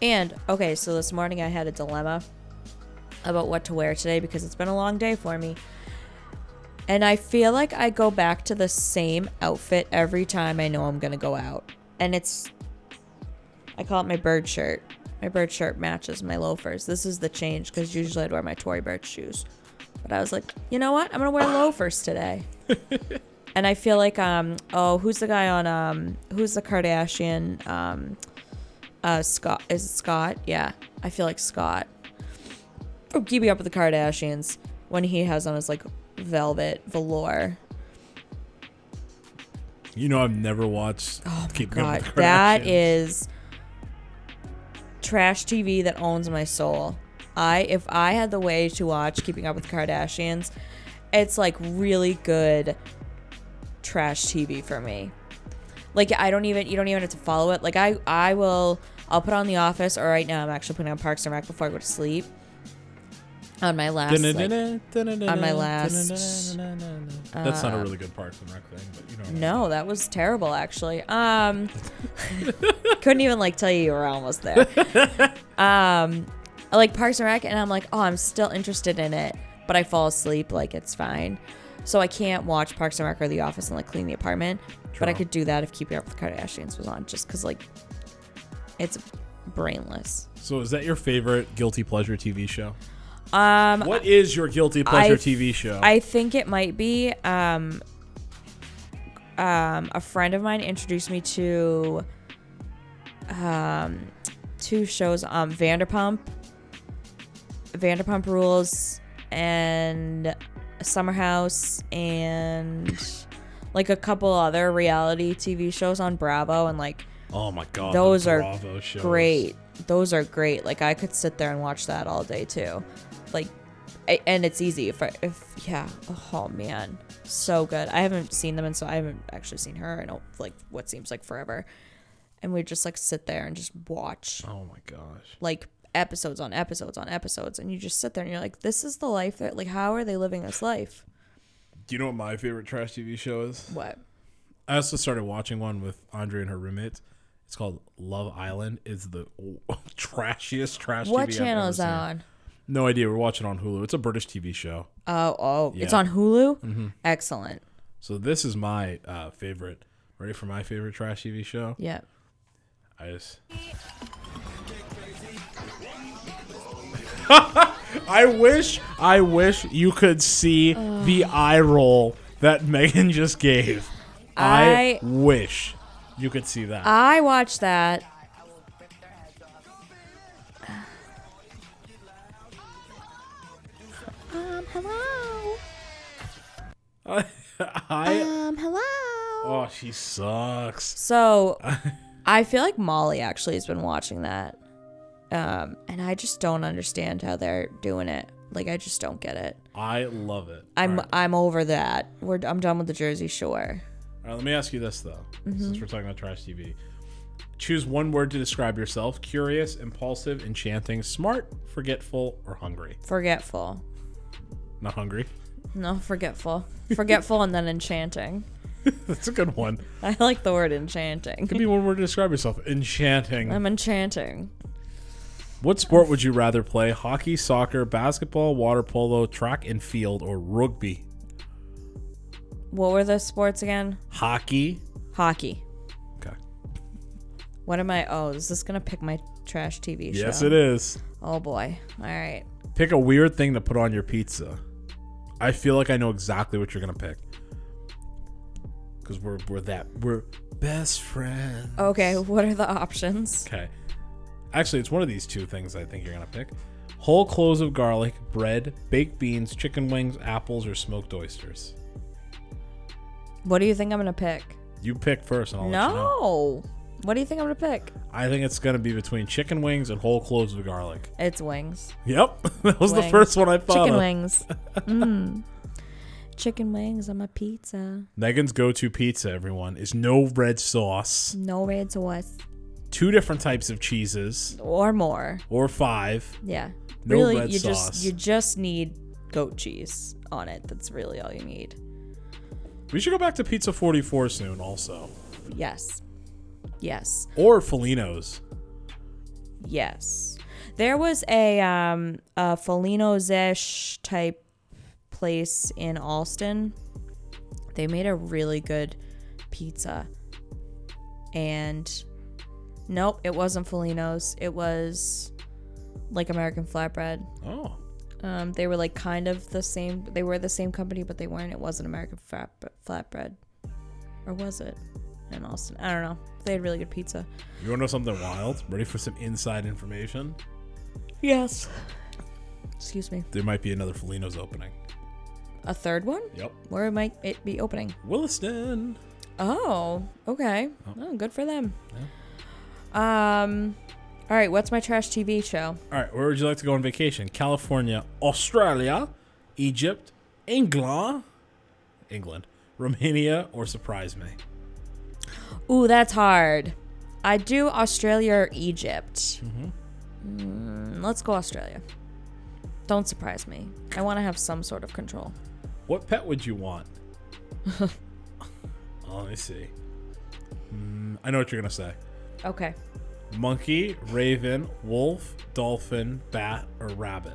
Speaker 3: And okay, so this morning I had a dilemma about what to wear today because it's been a long day for me. And I feel like I go back to the same outfit every time I know I'm going to go out. And it's, I call it my bird shirt. My bird shirt matches my loafers. This is the change because usually I'd wear my Tory Bird shoes. But I was like, you know what? I'm going to wear loafers today. and I feel like, um, oh, who's the guy on, um, who's the Kardashian, um, uh, Scott? Is it Scott? Yeah. I feel like Scott or keeping up with the Kardashians when he has on his like velvet velour.
Speaker 2: You know, I've never watched oh Keeping
Speaker 3: God,
Speaker 2: Up with the
Speaker 3: that
Speaker 2: Kardashians.
Speaker 3: is trash TV that owns my soul. I if I had the way to watch Keeping Up with the Kardashians, it's like really good trash TV for me. Like I don't even you don't even have to follow it. Like I I will I'll put on The Office or right now I'm actually putting on Parks and Rec before I go to sleep. On my last like,
Speaker 2: on
Speaker 3: my last,
Speaker 2: That's not a really good Parks and Rec thing, but you know. what I mean.
Speaker 3: No, that was terrible actually. Um couldn't even like tell you you were almost there. um I like Parks and Rec and I'm like, "Oh, I'm still interested in it." But I fall asleep like it's fine. So I can't watch Parks and Rec or The Office and like clean the apartment, but I
Speaker 2: True.
Speaker 3: could do that if Keeping Up with the Kardashians was on just cuz like it's brainless.
Speaker 2: So is that your favorite guilty pleasure TV show?
Speaker 3: Um
Speaker 2: What is your guilty pleasure
Speaker 3: I-
Speaker 2: TV show?
Speaker 3: I think it might be. Um, um, a friend of mine introduced me to um, two shows: um, Vanderpump, Vanderpump Rules, and Summer House, and like a couple other reality TV shows on Bravo, and like
Speaker 2: oh my god, the
Speaker 3: those are
Speaker 2: Bravo shows.
Speaker 3: great. Those are great. Like I could sit there and watch that all day too. Like, I, and it's easy if I if yeah. Oh man, so good. I haven't seen them, and so I haven't actually seen her. I know like what seems like forever, and we just like sit there and just watch
Speaker 2: Oh my gosh.
Speaker 3: like episodes on episodes on episodes, and you just sit there and you're like, this is the life that like how are they living this life?
Speaker 2: Do you know what my favorite trash TV show is?
Speaker 3: What?
Speaker 2: I also started watching one with Andre and her roommate. It's called Love Island. It's the trashiest trash. TV
Speaker 3: What
Speaker 2: I've
Speaker 3: channel
Speaker 2: ever
Speaker 3: is that
Speaker 2: seen.
Speaker 3: on?
Speaker 2: No idea. We're watching it on Hulu. It's a British TV show.
Speaker 3: Oh, oh, it's
Speaker 2: Yeah. Mm-hmm.
Speaker 3: on Hulu. Excellent.
Speaker 2: So this is my uh, favorite. Ready for my favorite trash TV show?
Speaker 3: Yeah.
Speaker 2: I just. I wish, I wish you could see the eye roll that Megan just gave. I,
Speaker 3: I-
Speaker 2: wish you could see that.
Speaker 3: I watched that.
Speaker 5: Um, hello.
Speaker 2: I,
Speaker 5: Um, hello.
Speaker 2: oh, she sucks.
Speaker 3: So I feel like Molly actually has been watching that. Um, and I just don't understand how they're doing it. Like I just don't get it.
Speaker 2: I love it.
Speaker 3: I'm
Speaker 2: All right.
Speaker 3: I'm over that. We're I'm done with the Jersey Shore.
Speaker 2: All right, let me ask you this though,
Speaker 3: Mm-hmm.
Speaker 2: since we're talking about trash TV. Choose one word to describe yourself: curious, impulsive, enchanting, smart, forgetful, or hungry.
Speaker 3: Forgetful.
Speaker 2: Not hungry.
Speaker 3: No, forgetful. Forgetful and then enchanting.
Speaker 2: That's a good one.
Speaker 3: I like the word enchanting.
Speaker 2: Could be one word to describe yourself: enchanting.
Speaker 3: I'm enchanting.
Speaker 2: What sport would you rather play? Hockey, soccer, basketball, water polo, track and field, or rugby?
Speaker 3: What were the sports again?
Speaker 2: Hockey.
Speaker 3: Hockey.
Speaker 2: Okay.
Speaker 3: What am I? Oh, is this gonna pick my trash TV show?
Speaker 2: Yes, it is.
Speaker 3: Oh boy. All right.
Speaker 2: Pick a weird thing to put on your pizza. I feel like I know exactly what you're gonna pick. Cause we're we're that we're best friends.
Speaker 3: Okay. What are the options?
Speaker 2: Okay. Actually, it's one of these two things I think you're gonna pick: whole cloves of garlic, bread, baked beans, chicken wings, apples, or smoked oysters.
Speaker 3: What do you think I'm gonna pick?
Speaker 2: You pick first, and I'll let you know.
Speaker 3: No. What do you think I'm gonna pick?
Speaker 2: I think it's gonna be between chicken wings and whole cloves of garlic.
Speaker 3: It's wings.
Speaker 2: Yep, that was the
Speaker 3: Wings.
Speaker 2: first one I thought
Speaker 3: Chicken
Speaker 2: of.
Speaker 3: wings. Mm. Chicken wings on my pizza.
Speaker 2: Megan's go-to pizza, everyone, is no red sauce,
Speaker 3: No red sauce
Speaker 2: two different types of cheeses,
Speaker 3: or more.
Speaker 2: or five.
Speaker 3: Yeah.
Speaker 2: No
Speaker 3: really,
Speaker 2: red
Speaker 3: you
Speaker 2: sauce.
Speaker 3: just you just need goat cheese on it. That's really all you need.
Speaker 2: We should go back to Pizza 44 soon, also,
Speaker 3: Yes. Yes.
Speaker 2: or Fellino's.
Speaker 3: Yes. There was a um a Felino's ish type place in Alston. They made a really good pizza. And nope, it wasn't Felino's. It was like American flatbread.
Speaker 2: Oh,
Speaker 3: Um, they were like kind of the same. They were the same company, but they weren't. It wasn't American flat, flatbread, or was it? In Austin, I don't know. They had really good pizza.
Speaker 2: you want to know something wild? Ready for some inside information?
Speaker 3: Yes. Excuse me.
Speaker 2: There might be another Felino's opening.
Speaker 3: A third one?
Speaker 2: Yep.
Speaker 3: Where might it be opening?
Speaker 2: Williston.
Speaker 3: Oh, okay. Oh, good for them. Um, all right. What's my trash TV show?
Speaker 2: All right, where would you like to go on vacation? California, Australia, Egypt, England, England, Romania, or surprise me.
Speaker 3: Ooh, that's hard. I do Australia or Egypt. Mm, let's go Australia. Don't surprise me. I want to have some sort of control.
Speaker 2: What pet would you want? Oh, Let me see. Mm, I know what you're gonna say.
Speaker 3: Okay.
Speaker 2: Monkey, raven, wolf, dolphin, bat, or rabbit.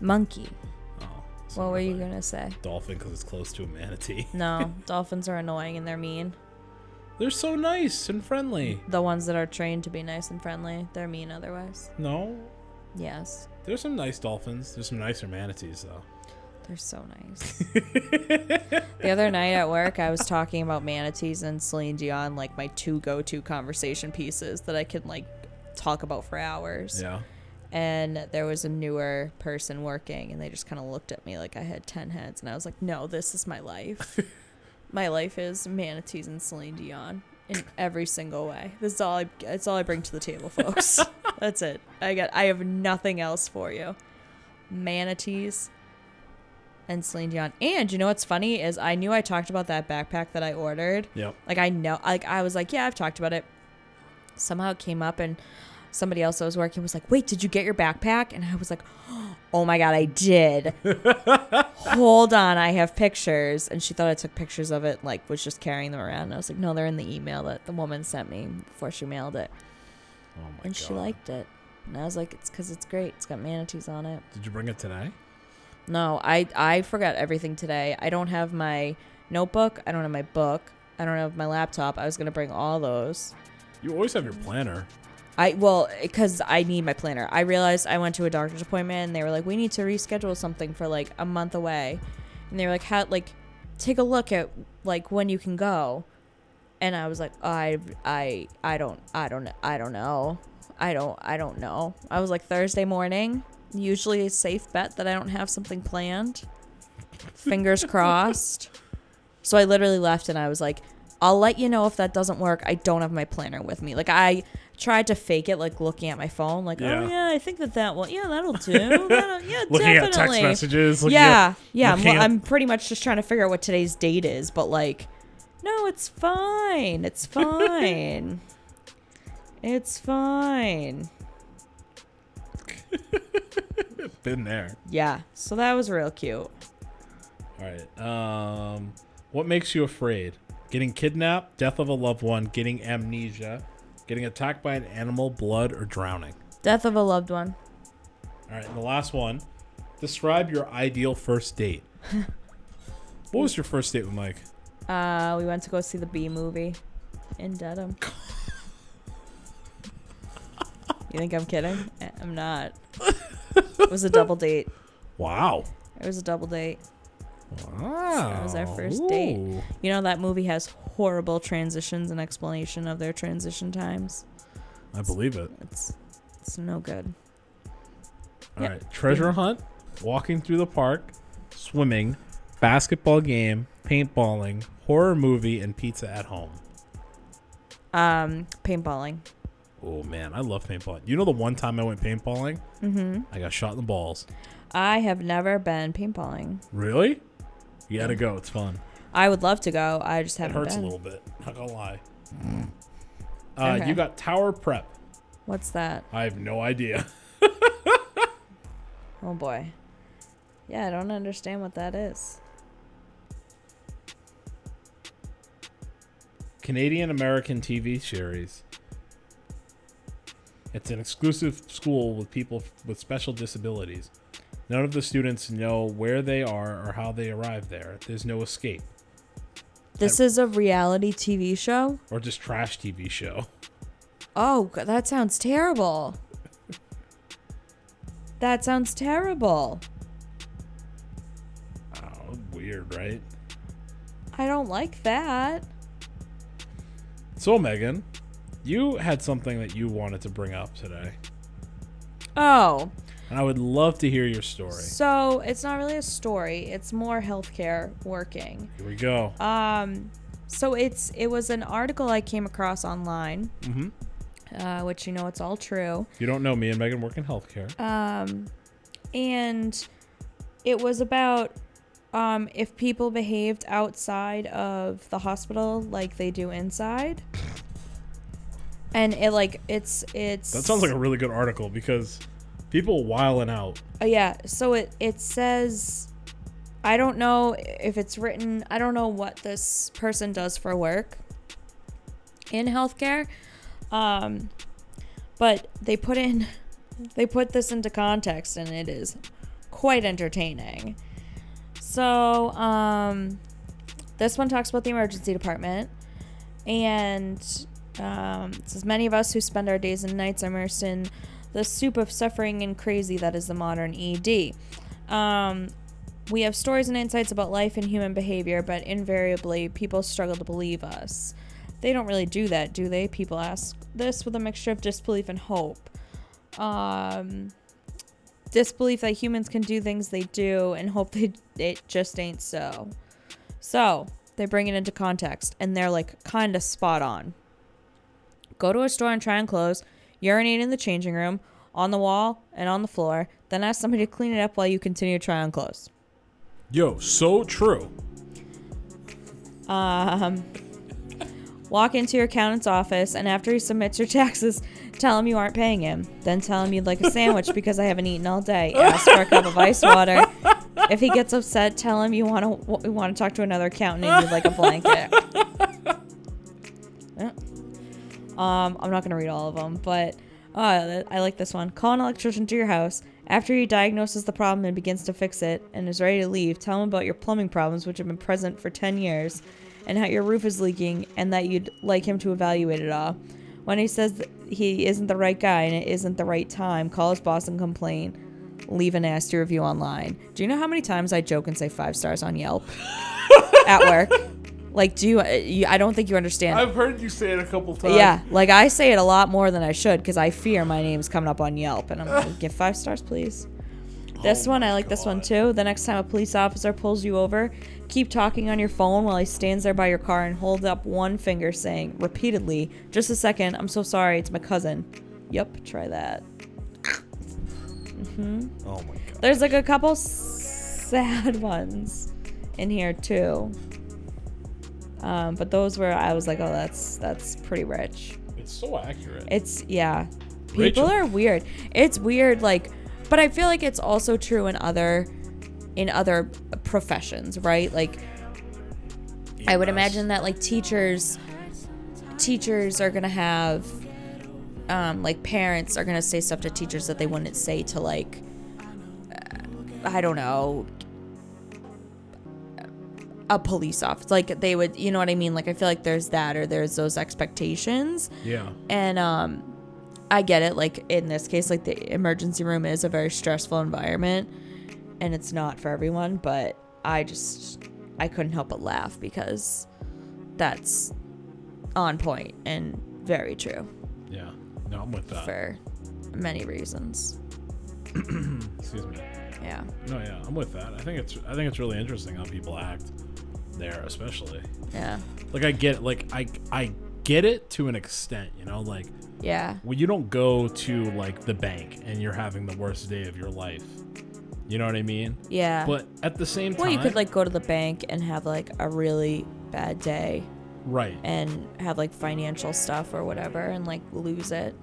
Speaker 3: Monkey.
Speaker 2: Oh, so
Speaker 3: What were you
Speaker 2: like
Speaker 3: gonna say?
Speaker 2: Dolphin because it's close to a manatee.
Speaker 3: No, dolphins are annoying and they're mean.
Speaker 2: They're so nice and friendly.
Speaker 3: The ones that are trained to be nice and friendly, they're mean otherwise.
Speaker 2: No,
Speaker 3: Yes,
Speaker 2: there's some nice dolphins. There's some nicer manatees though.
Speaker 3: They're so nice. the other night at work, I was talking about manatees and Celine Dion, like my two go to conversation pieces that I can like talk about for hours.
Speaker 2: Yeah.
Speaker 3: And there was a newer person working, and they just kind of looked at me like I had 10 heads. And I was like, no, this is my life. my life is manatees and Celine Dion in every single way. This is all I, it's all I bring to the table, folks. That's it. I got, I have nothing else for you. Manatees and Celine Dion. And you know what's funny is I knew I talked about that backpack that I ordered.
Speaker 2: Yep.
Speaker 3: Like I know, like I was like, yeah, I've talked about it. Somehow it came up, and somebody else that was working was like, wait, did you get your backpack? And I was like, oh my god, I did. Hold on, I have pictures. And she thought I took pictures of it, like was just carrying them around. And I was like, no, they're in the email that the woman sent me before she mailed it,
Speaker 2: Oh my
Speaker 3: and she
Speaker 2: God.
Speaker 3: liked it. And I was like, it's because it's great. It's got manatees on it.
Speaker 2: Did you bring it today?
Speaker 3: No, I I forgot everything today. I don't have my notebook. I don't have my book. I don't have my laptop. I was gonna bring all those.
Speaker 2: You always have your planner.
Speaker 3: I well, because I need my planner. I realized I went to a doctor's appointment and they were like, "We need to reschedule something for like a month away," and they were like, "How like take a look at like when you can go," and I was like, "I I I don't I don't I don't know, I don't I don't know." I was like Thursday morning, usually a safe bet that I don't have something planned. Fingers crossed. So I literally left and I was like, I'll let you know if that doesn't work. I don't have my planner with me. Like I tried to fake it, like looking at my phone, like,
Speaker 2: Yeah.
Speaker 3: oh yeah, I think that that will, yeah, that'll do. That'll, yeah,
Speaker 2: Looking
Speaker 3: definitely.
Speaker 2: at text messages, looking
Speaker 3: yeah,
Speaker 2: at-
Speaker 3: yeah. I'm,
Speaker 2: looking at-
Speaker 3: I'm pretty much just trying to figure out what today's date is, but like, no, it's fine. It's fine. it's fine.
Speaker 2: Been there.
Speaker 3: Yeah. So that was real cute.
Speaker 2: All right. Um, what makes you afraid? Getting kidnapped, death of a loved one, getting amnesia, getting attacked by an animal, blood, or drowning.
Speaker 3: Death of a loved one.
Speaker 2: All right. And the last one. Describe your ideal first date. what was your first date with Mike?
Speaker 3: Uh, we went to go see the B movie in Dedham. you think I'm kidding? I- I'm not. It was a double date.
Speaker 2: Wow.
Speaker 3: It was a double date.
Speaker 2: Wow.
Speaker 3: That was our first date.
Speaker 2: Oh, Ooh.
Speaker 3: You know that movie has horrible transitions and explanation of their transition times.
Speaker 2: I believe it.
Speaker 3: It's it's no good.
Speaker 2: All right, Treasure hunt, walking through the park, swimming, basketball game, paintballing, horror movie, and pizza at home.
Speaker 3: Um, paintballing.
Speaker 2: Oh man, I love paintballing. You know the one time I went paintballing, mm-hmm. I got shot in the balls.
Speaker 3: I have never been paintballing.
Speaker 2: Really? You gotta go. It's fun.
Speaker 3: I would love to go. I just
Speaker 2: It
Speaker 3: haven't
Speaker 2: hurts a
Speaker 3: been.
Speaker 2: little bit. Not gonna lie. Mm. Uh,
Speaker 3: Okay.
Speaker 2: You got tower prep.
Speaker 3: What's that?
Speaker 2: I have no idea.
Speaker 3: Oh boy. Yeah, I don't understand what that is.
Speaker 2: Canadian American TV series. It's an exclusive school with people f- with special disabilities. None of the students know where they are or how they arrived there. There's no escape
Speaker 3: This is a reality TV show?
Speaker 2: or just trash TV show.
Speaker 3: Oh, g- that sounds terrible. That sounds terrible.
Speaker 2: Oh, weird, right?
Speaker 3: I don't like that.
Speaker 2: So, Megan, you had something that you wanted to bring up today.
Speaker 3: Oh.
Speaker 2: and I would love to hear your story.
Speaker 3: So it's not really a story. It's more healthcare working.
Speaker 2: Here we go.
Speaker 3: So it's it was an article I came across online,
Speaker 2: Mm-hmm.
Speaker 3: uh, which you know it's all true,
Speaker 2: you don't know me and Megan work in healthcare.
Speaker 3: and it was about um, if people behaved outside of the hospital like they do inside. And it like it's it's
Speaker 2: that sounds like a really good article because people whiling out.
Speaker 3: Uh, yeah, so it it says I don't know if it's written, I don't know what this person does for work in healthcare. Um but they put in they put this into context and it is quite entertaining. So, um this one talks about the emergency department and um, it says many of us who spend our days and nights immersed in the soup of suffering and crazy that is the modern ED. Um, we have stories and insights about life and human behavior, but invariably people struggle to believe us. They don't really do that, do they? People ask this with a mixture of disbelief and hope. Um, disbelief that humans can do things they do, and hope they, it just ain't so. So they bring it into context, and they're like kind of spot on go to a store and try on clothes, urinate in the changing room, on the wall, and on the floor, then ask somebody to clean it up while you continue to try on clothes.
Speaker 2: Yo, so true.
Speaker 3: Walk into your accountant's office, and after he submits your taxes, tell him you aren't paying him. Then tell him you'd like a sandwich because I haven't eaten all day. Ask for a cup of ice water. If he gets upset, tell him you want to want to talk to another accountant and you'd like a blanket. Yeah. Um, I'm not gonna read all of them, but uh, th- I like this one. Call an electrician to your house. After he diagnoses the problem and begins to fix it and is ready to leave, tell him about your plumbing problems, which have been present for 10 years, and how your roof is leaking, and that you'd like him to evaluate it all. When he says that he isn't the right guy and it isn't the right time, call his boss and complain. Leave a nasty review online. Do you know how many times I joke and say five stars on Yelp at work? Like, do you, you? I don't think you understand.
Speaker 2: I've heard you say it a couple times.
Speaker 3: Yeah, like I say it a lot more than I should because I fear my name's coming up on Yelp, and I'm like, give five stars, please. This one, I like this one too. The next time a police officer pulls you over, keep talking on your phone while he stands there by your car and hold up one finger, saying repeatedly, "Just a second, I'm so sorry, it's my cousin." Yep, try that. Mm-hmm.
Speaker 2: Oh my god.
Speaker 3: There's like a couple sad ones in here too, um, but those were I was like, oh, that's that's pretty rich.
Speaker 2: It's so accurate.
Speaker 3: It's yeah. People
Speaker 2: Rachel.
Speaker 3: are weird. It's weird like but I feel like it's also true in other in other professions, right? Like I would imagine that like teachers teachers are going to have um like parents are going to say stuff to teachers that they wouldn't say to like uh, I don't know a police officer like they would you know what i mean like i feel like there's that or there's those expectations
Speaker 2: yeah.
Speaker 3: and um i get it like in this case like the emergency room is a very stressful environment and it's not for everyone but i just i couldn't help but laugh because that's on point and very true
Speaker 2: Yeah. No, I'm with that.
Speaker 3: for many reasons
Speaker 2: Excuse me.
Speaker 3: yeah
Speaker 2: No, yeah, I'm with that. I think it's I think it's really interesting how people act there, especially.
Speaker 3: yeah
Speaker 2: Like I get like I I get it to an extent, you know, like
Speaker 3: yeah
Speaker 2: when you don't go to like the bank and you're having the worst day of your life. You know what I mean?
Speaker 3: yeah
Speaker 2: But at the same time,
Speaker 3: well you could like go to the bank and have like a really bad day
Speaker 2: right.
Speaker 3: and have like financial stuff or whatever and like lose it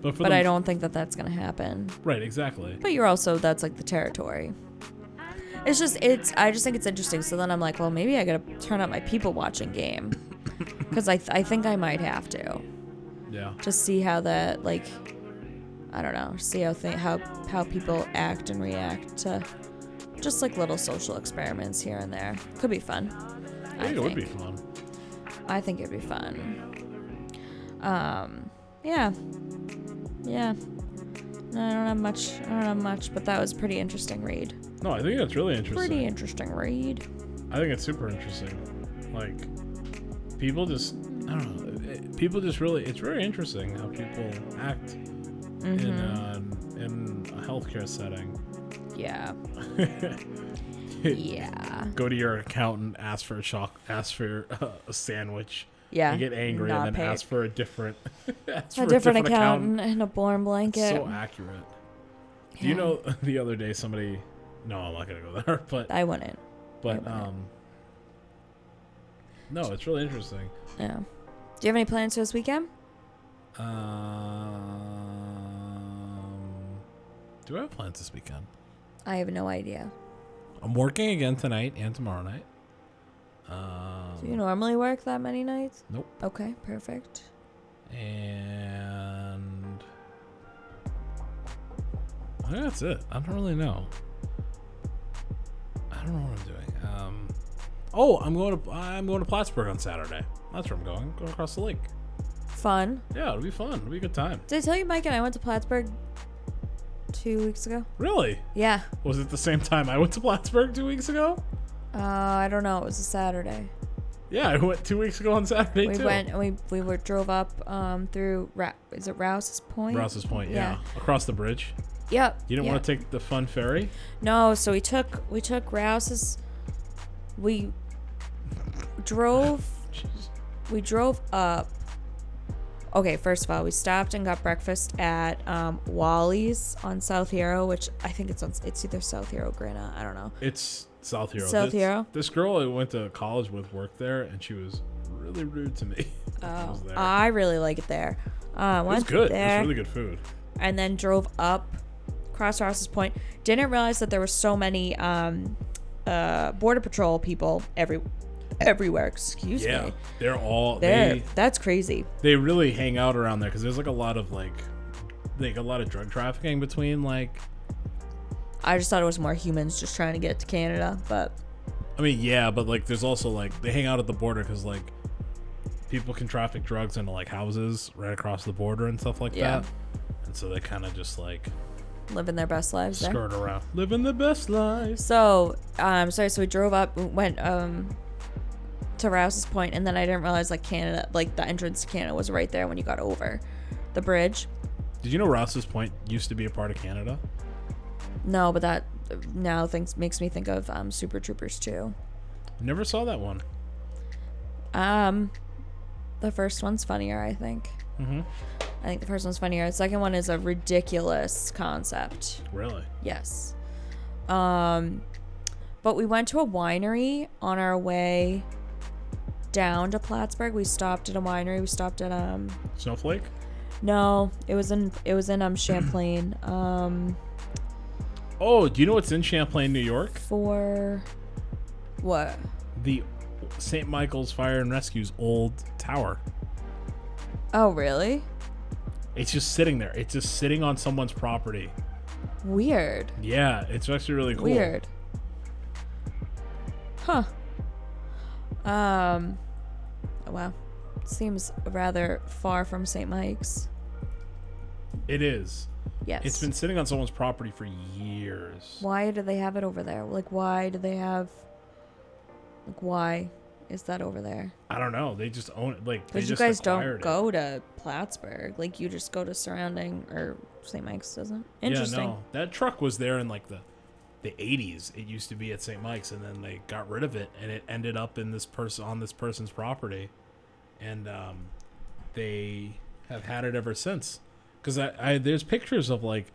Speaker 2: But, for
Speaker 3: but
Speaker 2: the,
Speaker 3: i don't think that that's gonna happen
Speaker 2: Right, exactly.
Speaker 3: But you're also that's like the territory. It's just it's I just think it's interesting. So then I'm like, well, maybe I gotta turn up my people watching game because I th- I think I might have to
Speaker 2: Yeah.
Speaker 3: just see how that like I don't know see how th- how how people act and react to just like little social experiments here and there. Could be fun.
Speaker 2: I think it would be fun.
Speaker 3: I think it'd be fun. Um, yeah, yeah. No, I don't have much. I don't have much, but that was a pretty interesting read.
Speaker 2: No, I think that's really interesting.
Speaker 3: Pretty interesting read.
Speaker 2: I think it's super interesting. Like people just I don't know. it- People
Speaker 3: Mm-hmm.
Speaker 2: just really it's very interesting how people act in uh, in a healthcare setting.
Speaker 3: Yeah. yeah.
Speaker 2: Go to your accountant, ask for a shock, ask for uh, a sandwich.
Speaker 3: Yeah,
Speaker 2: You get angry
Speaker 3: not
Speaker 2: and then
Speaker 3: paid.
Speaker 2: ask for a different, ask
Speaker 3: A different, accountant and a born blanket.
Speaker 2: So accurate. Do you know the other day somebody? No, I'm not gonna go there. But
Speaker 3: I wouldn't.
Speaker 2: but
Speaker 3: wouldn't.
Speaker 2: um. No, it's really interesting.
Speaker 3: Yeah. Do you have any plans for this weekend?
Speaker 2: Um, do I have plans this weekend?
Speaker 3: I have no idea.
Speaker 2: I'm working again tonight and tomorrow night.
Speaker 3: Do
Speaker 2: Um,
Speaker 3: you normally work that many nights?
Speaker 2: Nope.
Speaker 3: Okay, perfect.
Speaker 2: And I think that's it. I don't really know. I don't know what I'm doing. Um, oh, I'm going to I'm going to Plattsburgh on Saturday. That's where I'm going. Going across the lake.
Speaker 3: Fun.
Speaker 2: Yeah, it'll be fun. It'll be a good time.
Speaker 3: Did I tell you Mike and I went to Plattsburgh two weeks ago?
Speaker 2: Really?
Speaker 3: Yeah.
Speaker 2: Was it the same time I went to Plattsburgh two weeks ago?
Speaker 3: Uh, I don't know. It was a Saturday.
Speaker 2: Yeah, I went two weeks ago on Saturday
Speaker 3: We
Speaker 2: too.
Speaker 3: went and we we were drove up um through Ra- is it Rouse's Point?
Speaker 2: Rouse's Point, yeah. across the bridge.
Speaker 3: Yep.
Speaker 2: You didn't
Speaker 3: yep.
Speaker 2: want to take the fun ferry.
Speaker 3: No, so we took we took Rouse's we drove we drove up Okay, first of all, we stopped and got breakfast at um, Wally's on South Hero, which I think it's on it's either South Hero or Granite, I don't know.
Speaker 2: It's South Hero. this,
Speaker 3: South Hero?
Speaker 2: This girl I went to college with worked there, and she was really rude to me. Oh, was there.
Speaker 3: I really like it there. Uh,
Speaker 2: it was
Speaker 3: went
Speaker 2: good. It
Speaker 3: there
Speaker 2: was really good food.
Speaker 3: and then drove up across Ross's Point. Didn't realize that there were so many um, uh, border patrol people every everywhere. Excuse
Speaker 2: Yeah,
Speaker 3: me.
Speaker 2: they're all
Speaker 3: There,
Speaker 2: they
Speaker 3: that's crazy.
Speaker 2: they really hang out around there because there's like a lot of like like a lot of drug trafficking between like
Speaker 3: I just thought it was more humans just trying to get to Canada, but
Speaker 2: I mean, yeah, but like, there's also like they hang out at the border because like people can traffic drugs into like houses right across the border and stuff like
Speaker 3: Yeah.
Speaker 2: that, and so they kind of just like
Speaker 3: living their best lives there.
Speaker 2: skirt around, living the best lives.
Speaker 3: So, um, sorry. So we drove up, went um, to Rouse's Point, and then I didn't realize like Canada, like the entrance to Canada was right there when you got over the bridge.
Speaker 2: Did you know Rouse's Point used to be a part of Canada?
Speaker 3: No, but that now thinks makes me think of um, Super Troopers too.
Speaker 2: Never saw that one.
Speaker 3: Um, the first one's funnier, I think. Mm-hmm. I think the first one's funnier. The second one is a ridiculous concept.
Speaker 2: Really?
Speaker 3: Yes. Um, but we went to a winery on our way down to Plattsburgh. We stopped at a winery. We stopped at um,
Speaker 2: Snowflake?
Speaker 3: no, it was in it was in um Champlain. Um,
Speaker 2: Oh, do you know what's in Champlain, New York?
Speaker 3: for what?
Speaker 2: The St. Michael's Fire and Rescue's old tower.
Speaker 3: Oh, really?
Speaker 2: It's just sitting there. It's just sitting on someone's property.
Speaker 3: Weird.
Speaker 2: Yeah, it's actually really cool.
Speaker 3: Weird. Huh. Um. Wow. Seems rather far from St. Mike's.
Speaker 2: It is.
Speaker 3: Yes.
Speaker 2: It's been sitting on someone's property for years.
Speaker 3: Why do they have it over there? Like, why do they have? Like, why is that over there?
Speaker 2: I don't know. They just own it. Like they
Speaker 3: Because you
Speaker 2: just
Speaker 3: guys
Speaker 2: acquired
Speaker 3: don't
Speaker 2: it.
Speaker 3: go to Plattsburgh. Like, you just go to surrounding or St. Mike's doesn't. Interesting.
Speaker 2: Yeah, no. That truck was there in like the the 80s. It used to be at St. Mike's, and then they got rid of it, and it ended up in this person on this person's property, and um, they have had it ever since. Because I, I there's pictures of like,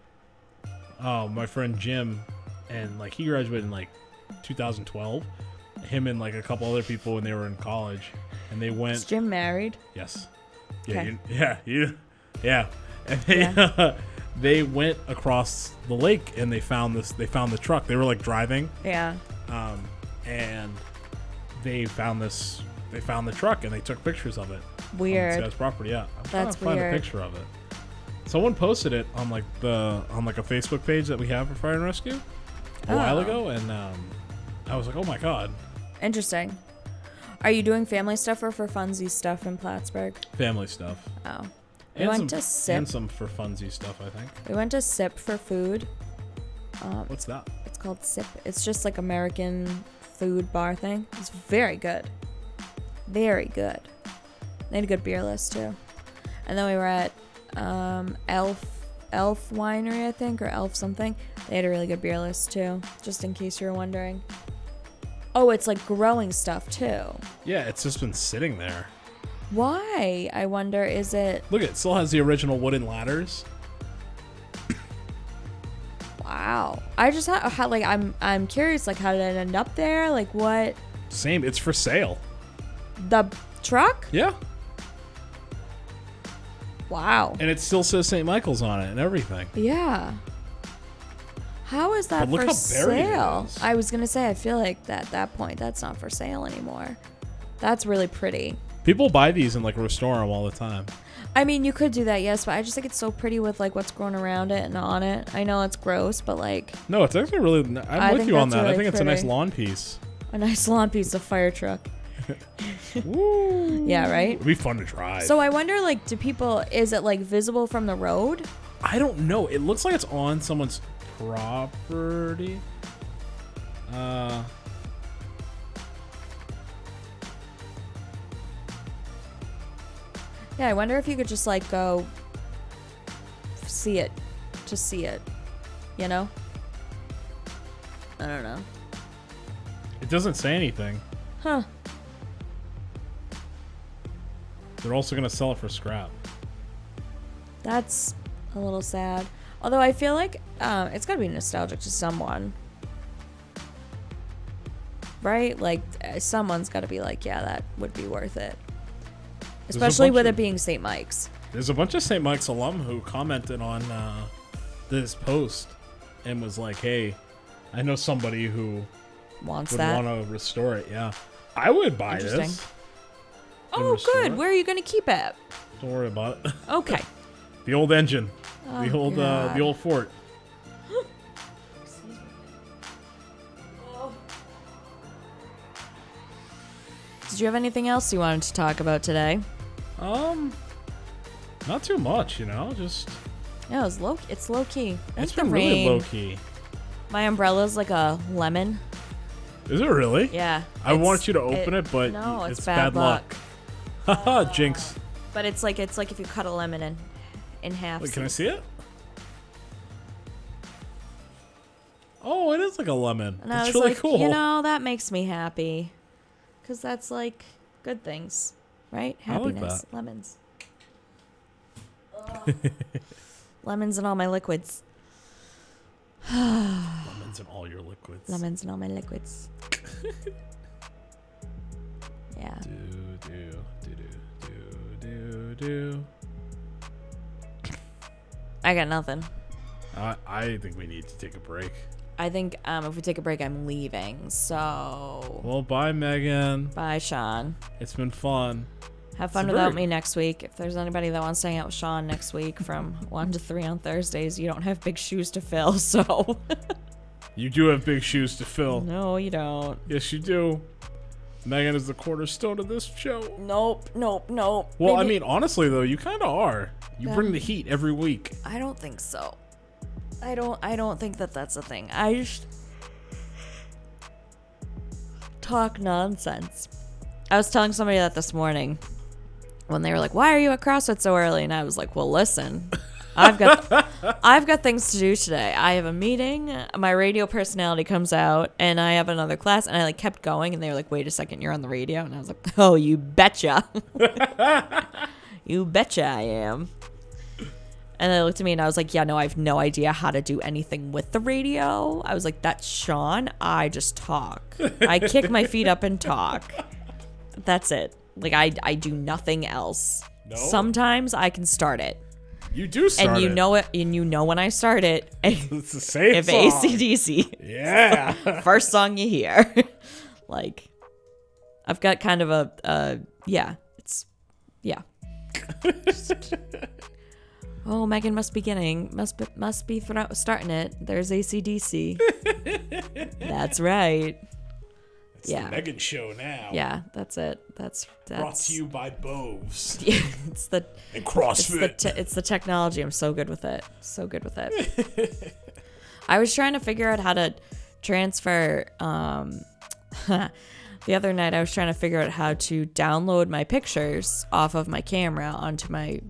Speaker 2: oh my friend Jim, and like he graduated in like 2012. Him and like a couple other people when they were in college, and they went.
Speaker 3: Is Jim married?
Speaker 2: Yes. Yeah.
Speaker 3: Okay.
Speaker 2: You, yeah. You. Yeah. And they, they went across the lake and they found this. They found the truck. They were like driving,
Speaker 3: Yeah.
Speaker 2: um, and they found this. They found the truck and they took pictures of it. On this
Speaker 3: Weird.
Speaker 2: guy's property. Yeah. I'm trying
Speaker 3: That's
Speaker 2: to find
Speaker 3: weird.
Speaker 2: a picture of it. Someone posted it on like the on like a Facebook page that we have for Fire and Rescue a while
Speaker 3: Oh.
Speaker 2: ago, and um, I was like, oh my god,
Speaker 3: Interesting. Are you doing family stuff or for funsy stuff in Plattsburgh?
Speaker 2: family stuff.
Speaker 3: Oh. We
Speaker 2: And
Speaker 3: went
Speaker 2: some,
Speaker 3: to sip.
Speaker 2: and some for funsy stuff. I think.
Speaker 3: We went to Sip for food. Oh.
Speaker 2: What's that?
Speaker 3: It's called Sip. It's just like American food bar thing. It's very good. Very good. They had a good beer list too. And then we were at um, Elf Elf Winery, I think, or Elf something. They had a really good beer list too, just in case you were wondering. Oh, it's like growing stuff too.
Speaker 2: Yeah, it's just been sitting there.
Speaker 3: Why? I wonder, is it.
Speaker 2: Look, it still has the original wooden ladders.
Speaker 3: Wow. I just ha- how, like I'm I'm curious like how did it end up there? Like what
Speaker 2: Same, it's for sale.
Speaker 3: the truck?
Speaker 2: Yeah,
Speaker 3: Wow.
Speaker 2: and it still says St. Michael's on it and everything.
Speaker 3: Yeah. How is that
Speaker 2: But look
Speaker 3: for
Speaker 2: how buried it
Speaker 3: sale?
Speaker 2: is.
Speaker 3: I was gonna say I feel like that at that point that's not for sale anymore. That's really pretty.
Speaker 2: People buy these and like restore them all the time.
Speaker 3: I mean, you could do that, yes, but I just think it's so pretty with like what's growing around it and on it. I know it's gross, but like
Speaker 2: No, it's actually really. n- I'm
Speaker 3: I
Speaker 2: with
Speaker 3: think
Speaker 2: you on
Speaker 3: that's
Speaker 2: that. I
Speaker 3: really
Speaker 2: think it's a nice
Speaker 3: pretty.
Speaker 2: lawn piece.
Speaker 3: a nice long piece of fire truck.
Speaker 2: Woo.
Speaker 3: Yeah, right?
Speaker 2: It'd be fun to try.
Speaker 3: So I wonder like do people is it like visible from the road?
Speaker 2: I don't know. It looks like it's on someone's property. Uh.
Speaker 3: Yeah, I wonder if you could just like go see it to see it, you know? I don't know.
Speaker 2: It doesn't say anything.
Speaker 3: Huh.
Speaker 2: They're also gonna sell it for scrap.
Speaker 3: That's a little sad. Although I feel like um, it's got to be nostalgic to someone. Right? Like, uh, someone's got to be like, yeah, that would be worth it.
Speaker 2: a
Speaker 3: Especially
Speaker 2: bunch
Speaker 3: with
Speaker 2: of-
Speaker 3: it being St. Mike's.
Speaker 2: There's a bunch of St. Mike's alum who commented on uh, this post and was like, "Hey, I know somebody who
Speaker 3: Wants
Speaker 2: would
Speaker 3: that.
Speaker 2: want to restore it." Yeah, I would buy this.
Speaker 3: Interesting. oh,
Speaker 2: restore it.
Speaker 3: good. Where are you going to keep it?
Speaker 2: Don't worry about it.
Speaker 3: Okay.
Speaker 2: the old engine, the
Speaker 3: Oh,
Speaker 2: old uh,
Speaker 3: God.
Speaker 2: the old fort.
Speaker 3: Did you have anything else you wanted to talk about today?
Speaker 2: Um, not too much, you know. Just
Speaker 3: No, it's low. It's low key. I
Speaker 2: it's
Speaker 3: think
Speaker 2: been
Speaker 3: the
Speaker 2: really
Speaker 3: rain.
Speaker 2: low key.
Speaker 3: My umbrella's like a lemon.
Speaker 2: Is it really?
Speaker 3: Yeah.
Speaker 2: I want you to open it, but
Speaker 3: no,
Speaker 2: y-
Speaker 3: it's,
Speaker 2: it's
Speaker 3: bad,
Speaker 2: bad
Speaker 3: luck.
Speaker 2: Haha, jinx.
Speaker 3: But it's like it's like if you cut a lemon in in half.
Speaker 2: Wait, can I see it? Oh, it is like a lemon.
Speaker 3: And I
Speaker 2: That's
Speaker 3: was
Speaker 2: really
Speaker 3: like,
Speaker 2: cool.
Speaker 3: you know, that makes me happy, because that's like good things, right?
Speaker 2: I like
Speaker 3: Happiness,
Speaker 2: that.
Speaker 3: lemons. Ugh. lemons and all my liquids.
Speaker 2: Lemons in all your liquids.
Speaker 3: Lemons and all my liquids. yeah.
Speaker 2: Do, do, do, do, do, do, do.
Speaker 3: I got nothing.
Speaker 2: I, I think we need to take a break.
Speaker 3: I think um, if we take a break, I'm leaving. So
Speaker 2: Well, bye, Megan.
Speaker 3: bye, Sean.
Speaker 2: It's been fun.
Speaker 3: Have fun
Speaker 2: a
Speaker 3: without
Speaker 2: bird.
Speaker 3: me next week. If there's anybody that wants to hang out with Sean next week from 1 to 3 on Thursdays, you don't have big shoes to fill. So,
Speaker 2: You do have big shoes to fill.
Speaker 3: no, you don't.
Speaker 2: Yes, you do. Megan is the cornerstone of this show.
Speaker 3: Nope, nope, nope.
Speaker 2: Well, I
Speaker 3: Maybe-
Speaker 2: mean, honestly, though, you kind of are. You bring the
Speaker 3: Um,
Speaker 2: heat every week.
Speaker 3: I don't think so. I don't I don't think that that's a thing. I just talk nonsense. I was telling somebody that this morning when they were like, "Why are you at CrossFit so early?" and I was like, "Well, listen. I've got I've got things to do today. I have a meeting, my radio personality comes out, and I have another class." And I like kept going and they were like, "Wait a second, you're on the radio." And I was like, "Oh, you betcha." you betcha I am. And they looked at me and I was like, yeah, no, I have no idea how to do anything with the radio. I was like, that's Sean. I just talk. I kick my feet up and talk. That's it. Like, I, I do nothing else.
Speaker 2: No.
Speaker 3: Sometimes I can start it.
Speaker 2: You do start
Speaker 3: and you
Speaker 2: it.
Speaker 3: know it. And you know when I start it. And
Speaker 2: it's the same
Speaker 3: if
Speaker 2: song.
Speaker 3: ACDC,
Speaker 2: Yeah.
Speaker 3: first song you hear. like, I've got kind of a, uh, yeah, it's, yeah. Oh, Megan must be getting must be, must be thro- starting it. There's ACDC. that's right. yeah,
Speaker 2: Megan Show now.
Speaker 3: yeah, that's it. That's that's
Speaker 2: Brought to you by Boves
Speaker 3: Yeah, it's the
Speaker 2: and
Speaker 3: it's the
Speaker 2: CrossFit.
Speaker 3: te- it's the technology. I'm so good with it. So good with it. I was trying to figure out how to transfer. Um, the other night, I was trying to figure out how to download my pictures off of my camera onto my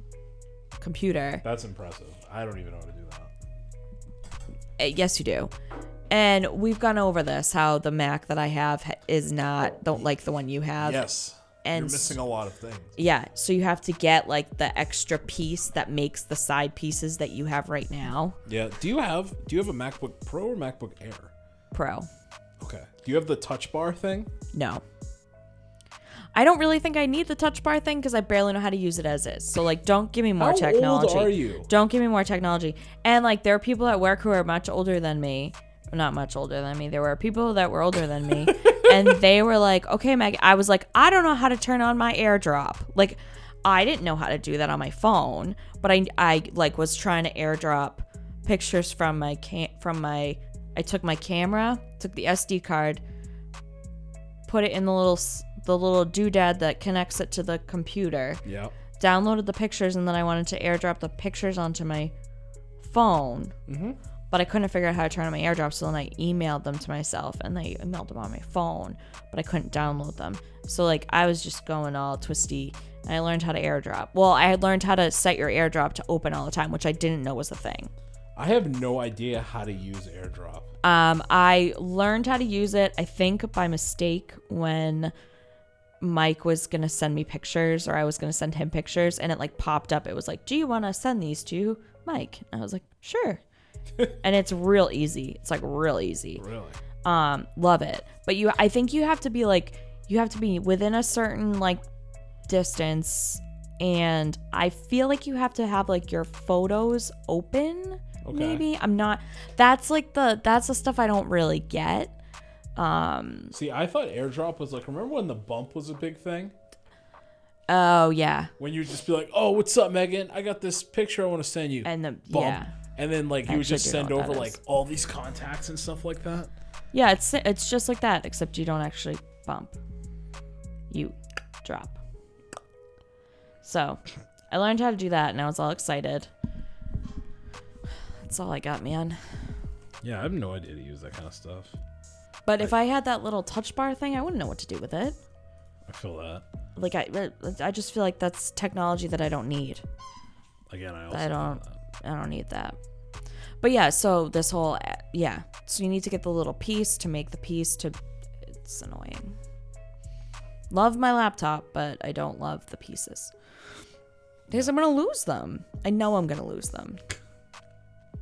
Speaker 3: computer.
Speaker 2: That's impressive. I don't even know how to do that.
Speaker 3: Uh, yes, you do. And we've gone over this how the Mac that I have ha- is not don't like the one you have.
Speaker 2: Yes.
Speaker 3: and
Speaker 2: You're missing a lot of things.
Speaker 3: Yeah, so you have to get like the extra piece that makes the side pieces that you have right now.
Speaker 2: Yeah. Do you have do you have a MacBook Pro or MacBook Air?
Speaker 3: Pro.
Speaker 2: Okay. Do you have the touch bar thing?
Speaker 3: No. I don't really think I need the touch bar thing because I barely know how to use it as is. So like, don't give me more
Speaker 2: How old
Speaker 3: technology.
Speaker 2: are you?
Speaker 3: Don't give me more technology. And like, there are people at work who are much older than me. Not much older than me. There were people that were older than me, and they were like, "Okay, Meg." I was like, "I don't know how to turn on my AirDrop." Like, I didn't know how to do that on my phone, but I I like was trying to AirDrop pictures from my cam- from my. I took my camera, took the SD card, put it in the little s- the little doodad that connects it to the computer.
Speaker 2: Yeah.
Speaker 3: Downloaded the pictures and then I wanted to airdrop the pictures onto my phone. Mm-hmm. But I couldn't figure out how to turn on my airdrop, so then I emailed them to myself and they emailed them on my phone, but I couldn't download them. So like I was just going all twisty. And I learned how to airdrop. Well, I had learned how to set your airdrop to open all the time, which I didn't know was a thing.
Speaker 2: I have no idea how to use AirDrop.
Speaker 3: Um, I learned how to use it, I think, by mistake when Mike was gonna send me pictures or I was gonna send him pictures, and it like popped up. It was like, "Do you want to send these to Mike?" And I was like, "Sure." and it's real easy. It's like real easy.
Speaker 2: Really?
Speaker 3: Um, love it. But you, I think you have to be like, you have to be within a certain like distance, and I feel like you have to have like your photos open.
Speaker 2: Okay.
Speaker 3: Maybe I'm not. That's like the that's the stuff I don't really get.
Speaker 2: See, I thought AirDrop was like remember when the bump was a big thing?
Speaker 3: Oh yeah,
Speaker 2: When you would just be like, "Oh, what's up, Megan? I got this picture I want to send you."
Speaker 3: and the
Speaker 2: Bump.
Speaker 3: yeah
Speaker 2: And then like you would
Speaker 3: actually
Speaker 2: just
Speaker 3: do know
Speaker 2: send
Speaker 3: what
Speaker 2: over
Speaker 3: that
Speaker 2: like
Speaker 3: is.
Speaker 2: all these contacts and stuff like that.
Speaker 3: yeah. It's it's just like that, except you don't actually bump. You drop. So, I learned how to do that, and I was all excited. That's all I got, man.
Speaker 2: Yeah, I have no idea to use that kind of stuff.
Speaker 3: But if I had that little touch bar thing, I wouldn't know what to do with it.
Speaker 2: I feel that.
Speaker 3: Like I, I just feel like that's technology that I don't need.
Speaker 2: Again, I also
Speaker 3: I don't, I don't need that. But yeah, so this whole, yeah, so you need to get the little piece to make the piece to. It's annoying. Love my laptop, but I don't love the pieces because I'm gonna lose them. I know I'm gonna lose them.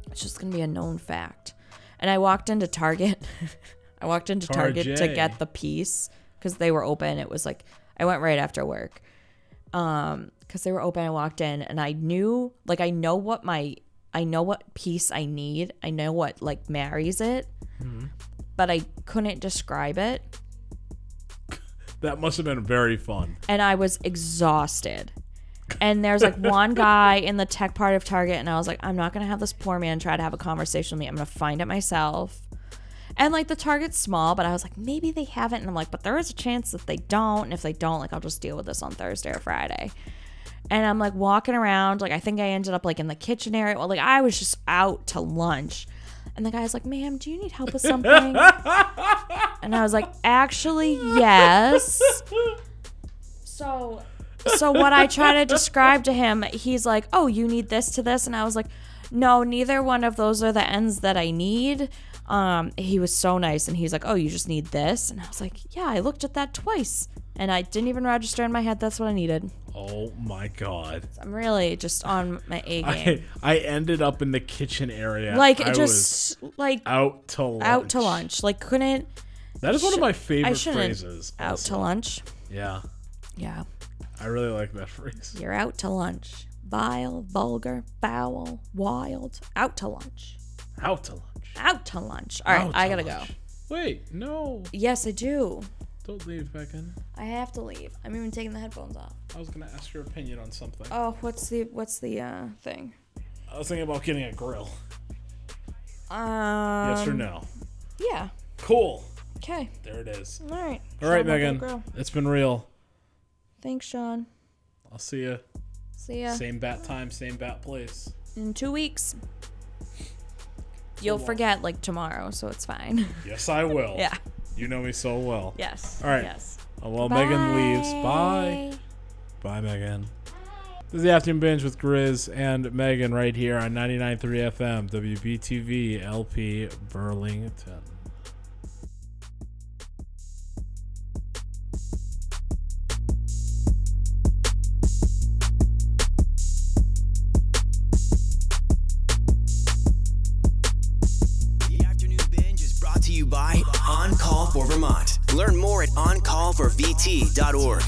Speaker 3: It's just gonna be a known fact. And I walked into Target. I walked into Target to
Speaker 2: Tarjay.
Speaker 3: get the piece because they were open. It was like I went right after work, um, because they were open. I walked in and I knew, like, I know what my, I know what piece I need. I know what like marries it, but I couldn't describe it,
Speaker 2: That must have been very fun.
Speaker 3: and I was exhausted. And there's like one guy in the tech part of Target, and I was like, I'm not gonna have this poor man try to have a conversation with me. I'm gonna find it myself. And like the Target's small, but I was like, maybe they haven't. And I'm like, but there is a chance that they don't. And if they don't, like, I'll just deal with this on Thursday or Friday. And I'm like walking around. Like, I think I ended up like in the kitchen area. Well, like, I was just out to lunch. And the guy's like, ma'am, do you need help with something? and I was like, actually, yes. So. So what I try to describe to him, he's like, "Oh, you need this to this," and I was like, "No, neither one of those are the ends that I need." Um, he was so nice, and he's like, "Oh, you just need this," and I was like, "Yeah, I looked at that twice, and I didn't even register in my head that's what I needed."
Speaker 2: Oh my god.
Speaker 3: I'm really just on my A game.
Speaker 2: I, I ended up in the kitchen area.
Speaker 3: like
Speaker 2: I was
Speaker 3: just like out,
Speaker 2: out to lunch.
Speaker 3: to lunch. Like couldn't
Speaker 2: That is one of my favorite
Speaker 3: I shouldn't
Speaker 2: phrases.
Speaker 3: out
Speaker 2: also.
Speaker 3: to lunch.
Speaker 2: Yeah,
Speaker 3: Yeah,
Speaker 2: I really like that phrase.
Speaker 3: you're out to lunch. Vile, vulgar, foul, wild. Out to lunch.
Speaker 2: Out to lunch.
Speaker 3: Out to lunch. All right,
Speaker 2: Out
Speaker 3: I
Speaker 2: to
Speaker 3: gotta
Speaker 2: lunch.
Speaker 3: go.
Speaker 2: Wait, no,
Speaker 3: Yes, I do.
Speaker 2: don't leave, Megan.
Speaker 3: I have to leave. I'm even taking the headphones off.
Speaker 2: I was gonna ask your opinion on something.
Speaker 3: Oh, what's the what's the uh thing?
Speaker 2: I was thinking about getting a grill.
Speaker 3: Um.
Speaker 2: yes or no?
Speaker 3: Yeah.
Speaker 2: Cool.
Speaker 3: Okay.
Speaker 2: There it is.
Speaker 3: All right.
Speaker 2: All right,
Speaker 3: Sean, I'll go
Speaker 2: Megan.
Speaker 3: grill.
Speaker 2: It's been real.
Speaker 3: Thanks, Sean.
Speaker 2: I'll see you.
Speaker 3: See ya.
Speaker 2: Same bat time, same bat place.
Speaker 3: in two weeks.
Speaker 2: Oh,
Speaker 3: You'll forget like tomorrow, so it's fine.
Speaker 2: Yes, I will.
Speaker 3: yeah.
Speaker 2: You know me so well. Uh,
Speaker 3: Yes.
Speaker 2: All right.
Speaker 3: Yes.
Speaker 2: Well, Megan leaves. Bye. Bye, Megan. This is the afternoon binge with Grizz and Megan right here on 99.3 FM, WBTV LP Burlington.
Speaker 1: The afternoon binge is brought to you by On Call for Vermont. Learn more at oncallforvt.org.